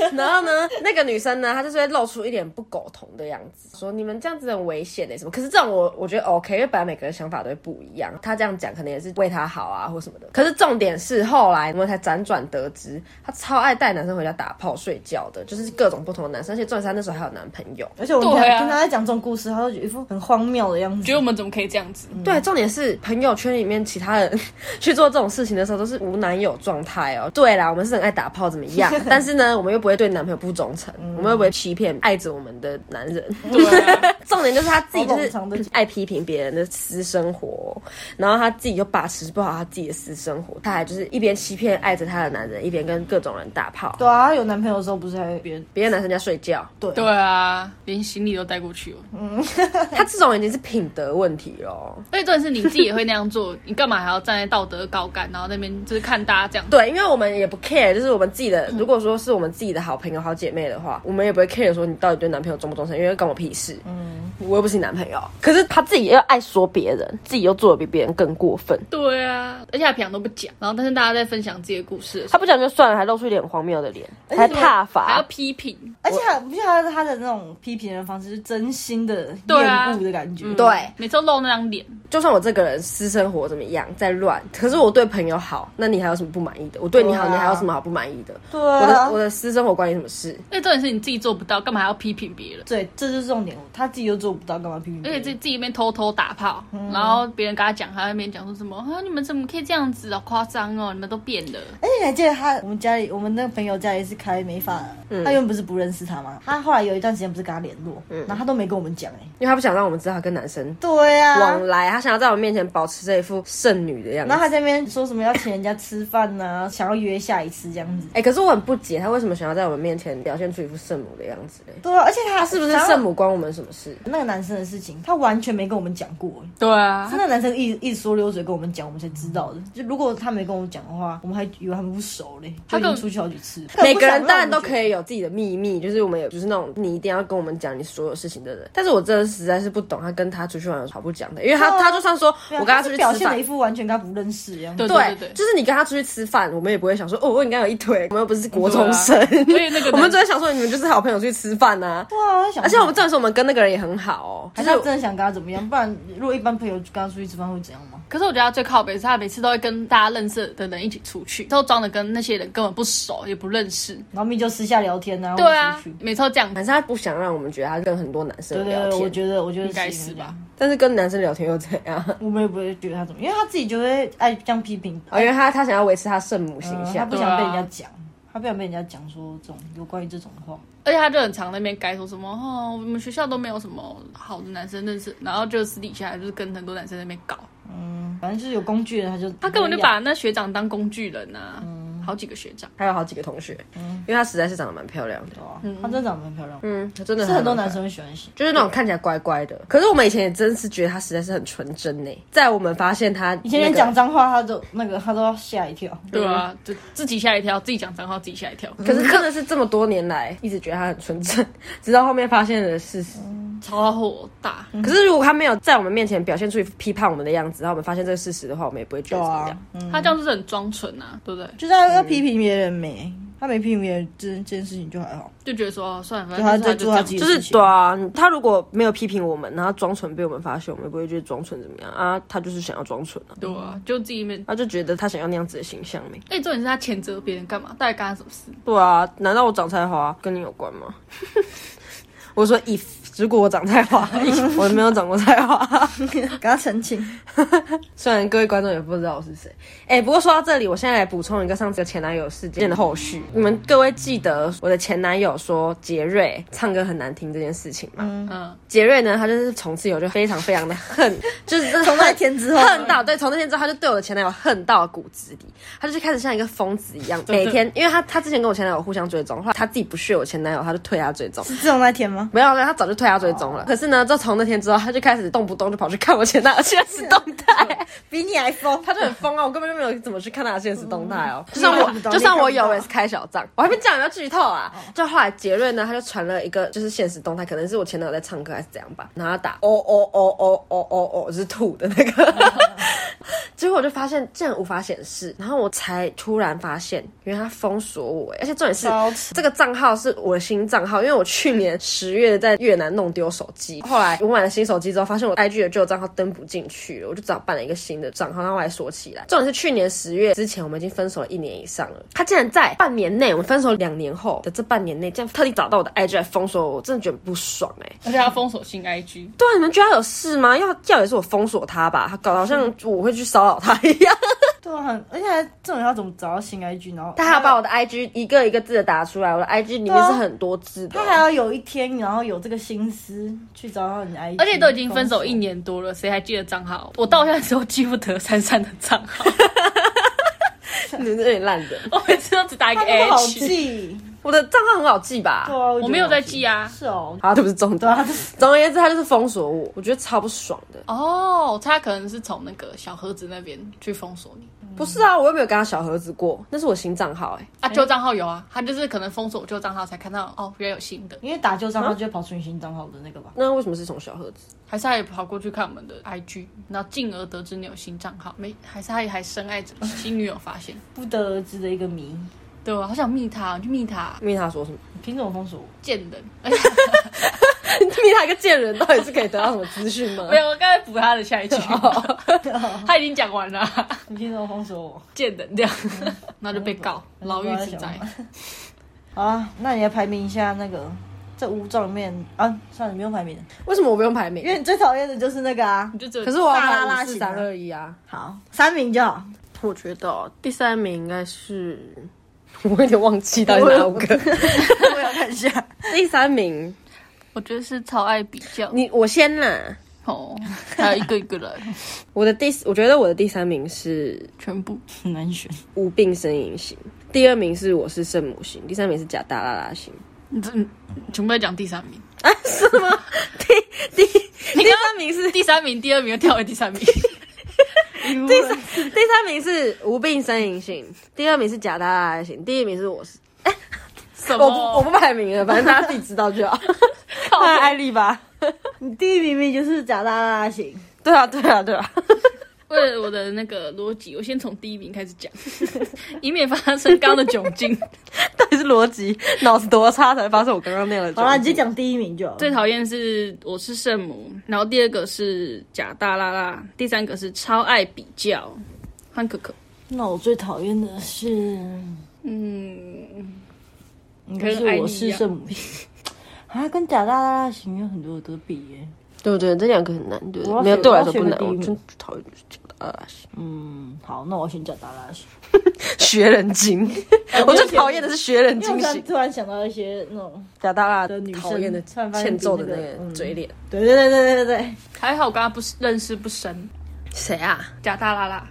Speaker 4: 帅？然后呢，那个女生呢，她就是会露出一脸不苟同的样子，说你们这样子很危险的、欸什么。可是这种我我觉得 OK，因为本来每个人想法都会不一样，她这样讲可能也是为她好啊或什么的。可是重点是后来我们才辗转得知，她超爱带男生回家打炮睡觉的，就是各种不同的男生，而且重点是她那时候还有男朋友。
Speaker 2: 而且我们
Speaker 3: 对啊
Speaker 2: 听他在讲这种故事，他就有一副很荒谬的样子
Speaker 3: 觉。得我们怎么可以这样子？
Speaker 4: 对，重点是朋友圈里面其他人 去做这种事情的时候都是无男友状态哦。对啦，我们是很爱打炮怎么样？啊 但是呢，我们又不会对男朋友不忠诚，我们又不会欺骗爱着我们的男人。
Speaker 3: 嗯对啊，
Speaker 4: 重点就是他自己就
Speaker 2: 好冗
Speaker 4: 是
Speaker 2: 长的
Speaker 4: 爱批评别人的私生活，然后他自己就把持不好他自己的私生活，他还就是一边欺骗爱着他的男人，一边跟各种人打炮，
Speaker 2: 对啊，他有男朋友的时候不是还别人
Speaker 4: 别的男生家睡觉。
Speaker 3: 对啊，连行李都带过去了。
Speaker 4: 他这种已经是品德问题咯。
Speaker 3: 而且重点是你自己也会那样做，你干嘛还要站在道德高杆，然后那边就是看大家这样？
Speaker 4: 对，因为我们也不 care，就是我们自己的，如果说是我们自己的好朋友、好姐妹的话，我们也不会 care 说你到底对男朋友忠不忠诚，因为关我屁事。嗯，我又不是你男朋友。可是他自己又爱说别人，自己又做的比别人更过分。
Speaker 3: 对啊，而且他平常都不讲，然后但是大家在分享自己的故事的时
Speaker 4: 他不讲就算了，还露出一脸荒谬的脸，还踏
Speaker 3: 候，还要
Speaker 4: 伐。
Speaker 3: 批评，
Speaker 2: 而且他不像他的他的那种批评人方式，是真心的
Speaker 3: 对啊
Speaker 2: 厌恶的感觉。
Speaker 4: 对，
Speaker 5: 嗯
Speaker 3: 每次都露那张脸，
Speaker 4: 就算我这个人私生活怎么样再乱，可是我对朋友好，那你还有什么不满意的？我对你好，
Speaker 2: 对啊
Speaker 4: 你还有什么好不满意的？
Speaker 2: 对
Speaker 4: 我
Speaker 2: 啊
Speaker 4: 的我，的私生活关你什么事？
Speaker 3: 而且重点是你自己做不到，干嘛还要批评别人？
Speaker 2: 对，这就是重点。他自己又做不到，干嘛批评别
Speaker 3: 而
Speaker 2: 人？
Speaker 3: 且自己自己一边偷偷打炮，然后别人跟他讲，他在那边讲说什么啊？你们怎么可以这样子？好夸张哦！你们都变了。
Speaker 2: 而且你还记得他，我们家里，我们那个朋友家里是开美发的，
Speaker 4: 嗯
Speaker 2: 他原本不是不认识他吗？他后来有一段时间不是跟他联络，然后他都没跟我们讲哎、
Speaker 4: 因为他不想让我们知道他跟男生
Speaker 2: 对啊
Speaker 4: 往，来，他想要在我们面前保持这一副剩女的样子
Speaker 2: 然后。他在那边说什么要请人家吃饭呐、想要约下一次这样子。
Speaker 4: 哎、可是我很不解，他为什么想要在我们面前表现出一副圣母的样子嘞？
Speaker 2: 对啊，而且他
Speaker 4: 是不是圣？母关我们什么事？
Speaker 2: 那个男生的事情，他完全没跟我们讲过、欸，
Speaker 3: 对啊
Speaker 2: 是，那个男生一直一直说溜嘴跟我们讲，我们才知道的。就如果他没跟我讲的话，我们还以为他们不熟嘞，就
Speaker 3: 他
Speaker 2: 已
Speaker 3: 根
Speaker 2: 经
Speaker 3: 本
Speaker 2: 出去好几次了。
Speaker 4: 每个人当然都
Speaker 2: 以。
Speaker 4: 可以有自己的秘密，就是我们有，就是那种你一定要跟我们讲你所有事情的人。但是我真的实在是不懂他跟他出去玩有什么好不讲的，因为他、
Speaker 2: 对啊
Speaker 4: 他就算说
Speaker 2: 对
Speaker 4: 我
Speaker 2: 啊
Speaker 4: 跟他
Speaker 2: 是
Speaker 4: 出去
Speaker 2: 表
Speaker 4: 吃
Speaker 2: 现
Speaker 4: 饭
Speaker 2: 的一，副完全跟他不认识一样。
Speaker 3: 对
Speaker 4: 对
Speaker 3: 对对，
Speaker 4: 就是你跟他出去吃饭，我们也不会想说哦，我应该有一腿，我们又不是国中生，
Speaker 2: 啊
Speaker 3: 所以那个
Speaker 4: 我们只会想说你们就是好朋友出去吃饭呐、啊。
Speaker 2: 对啊，我在想，
Speaker 4: 而且我们这时候我们跟那个人也很好哦，
Speaker 2: 还
Speaker 4: 就是
Speaker 2: 他真的想跟他怎么样？不然如果一般朋友跟他出去吃饭会怎样吗？
Speaker 3: 可是我觉得他最靠北是他每次都会跟大家认识的人一起出去，都装的跟那些人根本不熟，也不认识。
Speaker 2: 然后咪就私下聊天啊，
Speaker 3: 对啊
Speaker 2: 或者出去，
Speaker 3: 每次都这样
Speaker 4: 还。是他不想让我们觉得他跟很多男生
Speaker 2: 对
Speaker 4: 聊
Speaker 2: 对对，
Speaker 4: 天，
Speaker 2: 我觉得我觉得
Speaker 3: 应该是吧，
Speaker 4: 但是跟男生聊天又怎 样？
Speaker 2: 我们也不会觉得他怎么，因为他自己就会爱这样批评，
Speaker 4: 哦，因为他他想要维持他圣母形
Speaker 2: 呃他
Speaker 5: 嗯
Speaker 4: 象，
Speaker 2: 不想被人家讲，他不想被人家讲说这种有关于这种话。
Speaker 3: 而且他就很常在那边该说什么哦，我们学校都没有什么好的男生认识，然后就私底下就是跟很多男生在那边搞，
Speaker 2: 嗯，反正就是有工具人，他就
Speaker 3: 他根本就把那学长当工具人呐、啊。好几个学长。
Speaker 4: 还有好几个同学，
Speaker 5: 嗯
Speaker 4: 因为她实在是长得蛮漂亮的。
Speaker 5: 她真的长得蛮漂亮，
Speaker 4: 嗯，她真的
Speaker 5: 哦是很多
Speaker 4: 还蛮
Speaker 5: 男生会喜欢洗。
Speaker 4: 就是那种看起来乖乖的。可是我们以前也真是觉得她实在是很纯真呢。在我们发现她、
Speaker 5: 以前连讲，脏话，她都那个，她都要吓一跳。
Speaker 3: 对啊，就自己吓一跳，自己讲脏话，自己吓一跳。
Speaker 2: 嗯
Speaker 4: 可是真的是这么多年来一直觉得她很纯真， 直到后面发现了事实。
Speaker 5: 嗯
Speaker 3: 超火大，
Speaker 2: 嗯
Speaker 4: 可是如果她没有在我们面前表现出批判我们的样子，然后我们发现这个事实的话，我们也不会觉得怎
Speaker 5: 啊
Speaker 4: 么样。
Speaker 3: 他这样就是很装纯啊，对不对？
Speaker 2: 就是要要批评别人没，他没批评别人这这件事情就还好。
Speaker 3: 就觉得说哦算了，反
Speaker 2: 对他
Speaker 3: 正
Speaker 2: 在
Speaker 3: 就
Speaker 2: 做
Speaker 3: 他
Speaker 2: 他自己
Speaker 4: 就
Speaker 2: 的
Speaker 4: 是
Speaker 2: 事情
Speaker 4: 对啊，她如果没有批评我们，然后装纯被我们发现，我们也不会觉得装纯怎么样啊。她就是想要装纯啊，
Speaker 3: 对啊，就自己面。
Speaker 4: 她就觉得她想要那样子的形象没。
Speaker 3: 哎，重点是他谴责别人干嘛？到底干他什么事？
Speaker 4: 对啊，难道我长菜花跟你有关吗？ 我说 if 如果我长菜花， 我没有长过菜花。
Speaker 2: 给他澄清，
Speaker 4: 虽然各位观众也不知道我是谁，哎、不过说到这里，我现在来补充一个上次的前男友事件的后续。你们各位记得我的前男友说杰瑞唱歌很难听这件事情吗？
Speaker 3: 嗯，
Speaker 4: 杰瑞呢，他就是从此以后就非常非常的恨， 就是真的
Speaker 2: 从那
Speaker 4: 恨
Speaker 2: 天之后
Speaker 4: 恨到对，从那天之后他就对我的前男友恨到骨子里，他就是开始像一个疯子一样，每天，因为他他之前跟我前男友互相追踪，后来他自己不屑我前男友，他就退他追踪。
Speaker 2: 是这种那天吗？
Speaker 4: 没有，没有，他早就退他追踪了。可是呢，就从那天之后，他就开始动不动就跑去看我前男友现实动 态，
Speaker 2: 比你还疯，
Speaker 4: 他就很疯啊！我根本就没有怎么去看他的现实动态 哦。就
Speaker 2: 你
Speaker 4: 算
Speaker 2: 也
Speaker 4: 我
Speaker 2: 看不，到
Speaker 4: 就算我
Speaker 2: 你也看不到
Speaker 4: 有，我也是开小账。我还没讲，要剧透啊！就后来杰瑞呢，他就传了一个就是现实动态，可能是我前男友在唱歌还是怎样吧，然后他打哦哦哦哦哦哦哦，就是吐的那个。 结果我就发现竟然无法显示，然后我才突然发现，原来他封锁我，欸而且重点是
Speaker 2: 超扯
Speaker 4: 这个账号是我的新账号，因为我去年十月在越南弄丢手机，后来我买了新手机之后，发现我 IG 的旧账号登不进去了，我就只好办了一个新的账号，然后我还锁起来。重点是去年十月之前，我们已经分手了一年以上了，他竟然在半年内，我们分手两年后的这半年内，竟然特地找到我的 IG 来封锁我，我真的觉得不爽哎、
Speaker 3: 而且他封锁新
Speaker 2: 嗯
Speaker 3: IG，
Speaker 4: 对啊，你们觉得他有事吗？要要也是我封锁他吧，他搞得好像我会去骚扰他一样。
Speaker 2: 对啊，很而且还重点要怎么找到新 IG，然后
Speaker 4: 他还要把我的 IG 一个一个字的打出来，我的 IG 里面是很多字的。
Speaker 2: 他还要有一天，然后有这个心思去找到你的 IG，
Speaker 3: 而且都已经分手一年多了，谁还记得账号？我到现在都记不得珊珊的账 号，
Speaker 4: 你们有点烂人。
Speaker 3: 我每次都只打一个
Speaker 2: 他那么好
Speaker 3: H，
Speaker 2: 记，
Speaker 4: 我的账号很好记吧？
Speaker 2: 对啊，
Speaker 3: 我没有在记
Speaker 2: 啊，
Speaker 3: 啊。
Speaker 2: 是哦，
Speaker 4: 好，这不是重
Speaker 2: 对
Speaker 4: 点。
Speaker 2: 啊，
Speaker 4: 总而言之，他就是封锁我，我觉得超不爽的。
Speaker 3: 哦，他可能是从那个小盒子那边去封锁你
Speaker 4: 不是啊，我又没有跟他小盒子过，那是我新账号哎、
Speaker 3: 啊，旧账号有啊，他就是可能封锁我旧账号才看到哦，原来有新的，
Speaker 2: 因为打旧账
Speaker 3: 啊
Speaker 2: 号就会跑出你新账号的那个吧。
Speaker 4: 那为什么是从小盒子？
Speaker 3: 还是他也跑过去看我们的 IG，然后进而得知你有新账号，没？还是他也还深爱 着新女友发现？
Speaker 2: 不得而知的一个谜。
Speaker 3: 对啊我好想密他，你去密他，
Speaker 4: 因为他说什么？
Speaker 2: 你凭什么封锁我？
Speaker 3: 贱 人！哎而且
Speaker 4: 因为他一个贱人，到底是可以得到什么资讯吗
Speaker 3: 没？有，我刚才补他的 下一句，哦他已经讲完了，
Speaker 2: 你凭什么封锁我？
Speaker 3: 贱人这样， 那就被告，牢狱之灾。
Speaker 2: 好啊，那你来排名一下那个这五种里面啊，算了，你不用排名了，
Speaker 4: 为什么我不用排
Speaker 2: 因为
Speaker 4: 名？
Speaker 2: 你最讨厌的就是那个啊
Speaker 3: 你。就只有
Speaker 4: 可是我要
Speaker 2: 大拉
Speaker 4: 排
Speaker 2: 拉
Speaker 4: 五四
Speaker 2: 型啊
Speaker 4: 三二一啊。
Speaker 2: 好，三名就好。
Speaker 4: 我觉得哦第三名应该是， 我有点忘记到底哪五个。
Speaker 2: 我要看一下，
Speaker 4: 第三名，
Speaker 3: 我觉得是超爱比较
Speaker 4: 你我先啦。
Speaker 3: 哦，还有一个一个来，
Speaker 4: 我的第四，我觉得我的第三名是
Speaker 3: 全部
Speaker 2: 很难选。
Speaker 4: 无病呻吟型，第二名是我是圣母型，第三名是假大拉拉型。
Speaker 3: 你这你全部在讲第三 名，
Speaker 4: 啊，是吗？第第
Speaker 3: 你第三名是第三名，第二名又跳回第 三名，
Speaker 4: 第三第三名是无病呻吟型，第二名是假大拉拉型，第一名是我是。
Speaker 3: 什么？
Speaker 4: 我不我不排名了，反正大家自己知道就好。
Speaker 3: 靠
Speaker 4: 看艾丽吧。
Speaker 2: 你第一名明明就是假大拉型，
Speaker 4: 对啊，对啊，对啊。
Speaker 3: 为了我的那个逻辑，我先从第一名开始讲， 以免发生刚刚的窘 境。
Speaker 4: 到底是逻辑脑子多差才发生我刚刚那样的？
Speaker 2: 好了，你就。讲第一名就好。
Speaker 3: 最讨厌是我是圣母，然后第二个是假大拉拉，第三个是超爱比较。换可可，
Speaker 5: 那我最讨厌的是，
Speaker 3: 嗯，
Speaker 5: 应
Speaker 3: 跟
Speaker 5: 该是
Speaker 3: 艾丽
Speaker 5: 我
Speaker 3: 一
Speaker 5: 是
Speaker 3: 样
Speaker 5: 圣母型 啊，跟假大大大型有很多都比耶、
Speaker 4: 对对，这两个很难，对
Speaker 5: 我要
Speaker 4: 没有
Speaker 5: 选
Speaker 4: 对我来
Speaker 5: 我要
Speaker 4: 说不
Speaker 5: 选
Speaker 4: 难，
Speaker 5: 第一
Speaker 4: 我
Speaker 5: 名
Speaker 4: 真讨厌就是假大拉拉型，
Speaker 5: 嗯，好，那我选假大大型。
Speaker 4: 学人精。我最讨厌的是学人
Speaker 2: 因为我
Speaker 4: 精
Speaker 2: 突然
Speaker 4: 型，
Speaker 2: 突然想到一些那种，
Speaker 4: 假大拉
Speaker 2: 的女生
Speaker 4: 讨厌的
Speaker 2: 突然发现
Speaker 4: 欠揍的
Speaker 2: 比那
Speaker 4: 那嗯
Speaker 2: 个
Speaker 4: 个嘴脸。
Speaker 2: 对对对对对对对，
Speaker 3: 还好我跟他不认识不深，
Speaker 4: 谁啊？
Speaker 3: 假大拉拉，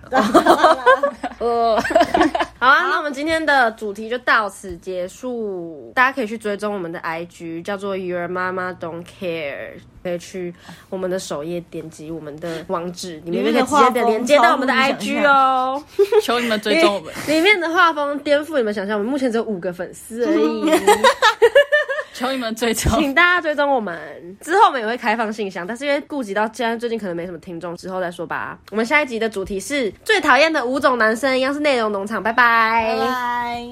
Speaker 4: 呃， 好啊，那我们今天的主题就到此结束。大家可以去追踪我们的 IG，叫做 Your Mama Don't Care，可以去我们的首页点击我们的网址，里面就可以直接的连接到我们的 IG 哦。
Speaker 3: 求你们追踪我 们，
Speaker 4: 里面的画风颠覆你们想象，我们目前只有五个粉丝而已，
Speaker 3: 求你们追踪。
Speaker 4: 请大家追踪我们。之后我们也会开放信箱，但是因为顾及到既然最近可能没什么听众，之后再说吧。我们下一集的主题是最讨厌的五种男生，一样是内容农场，拜拜
Speaker 5: 拜。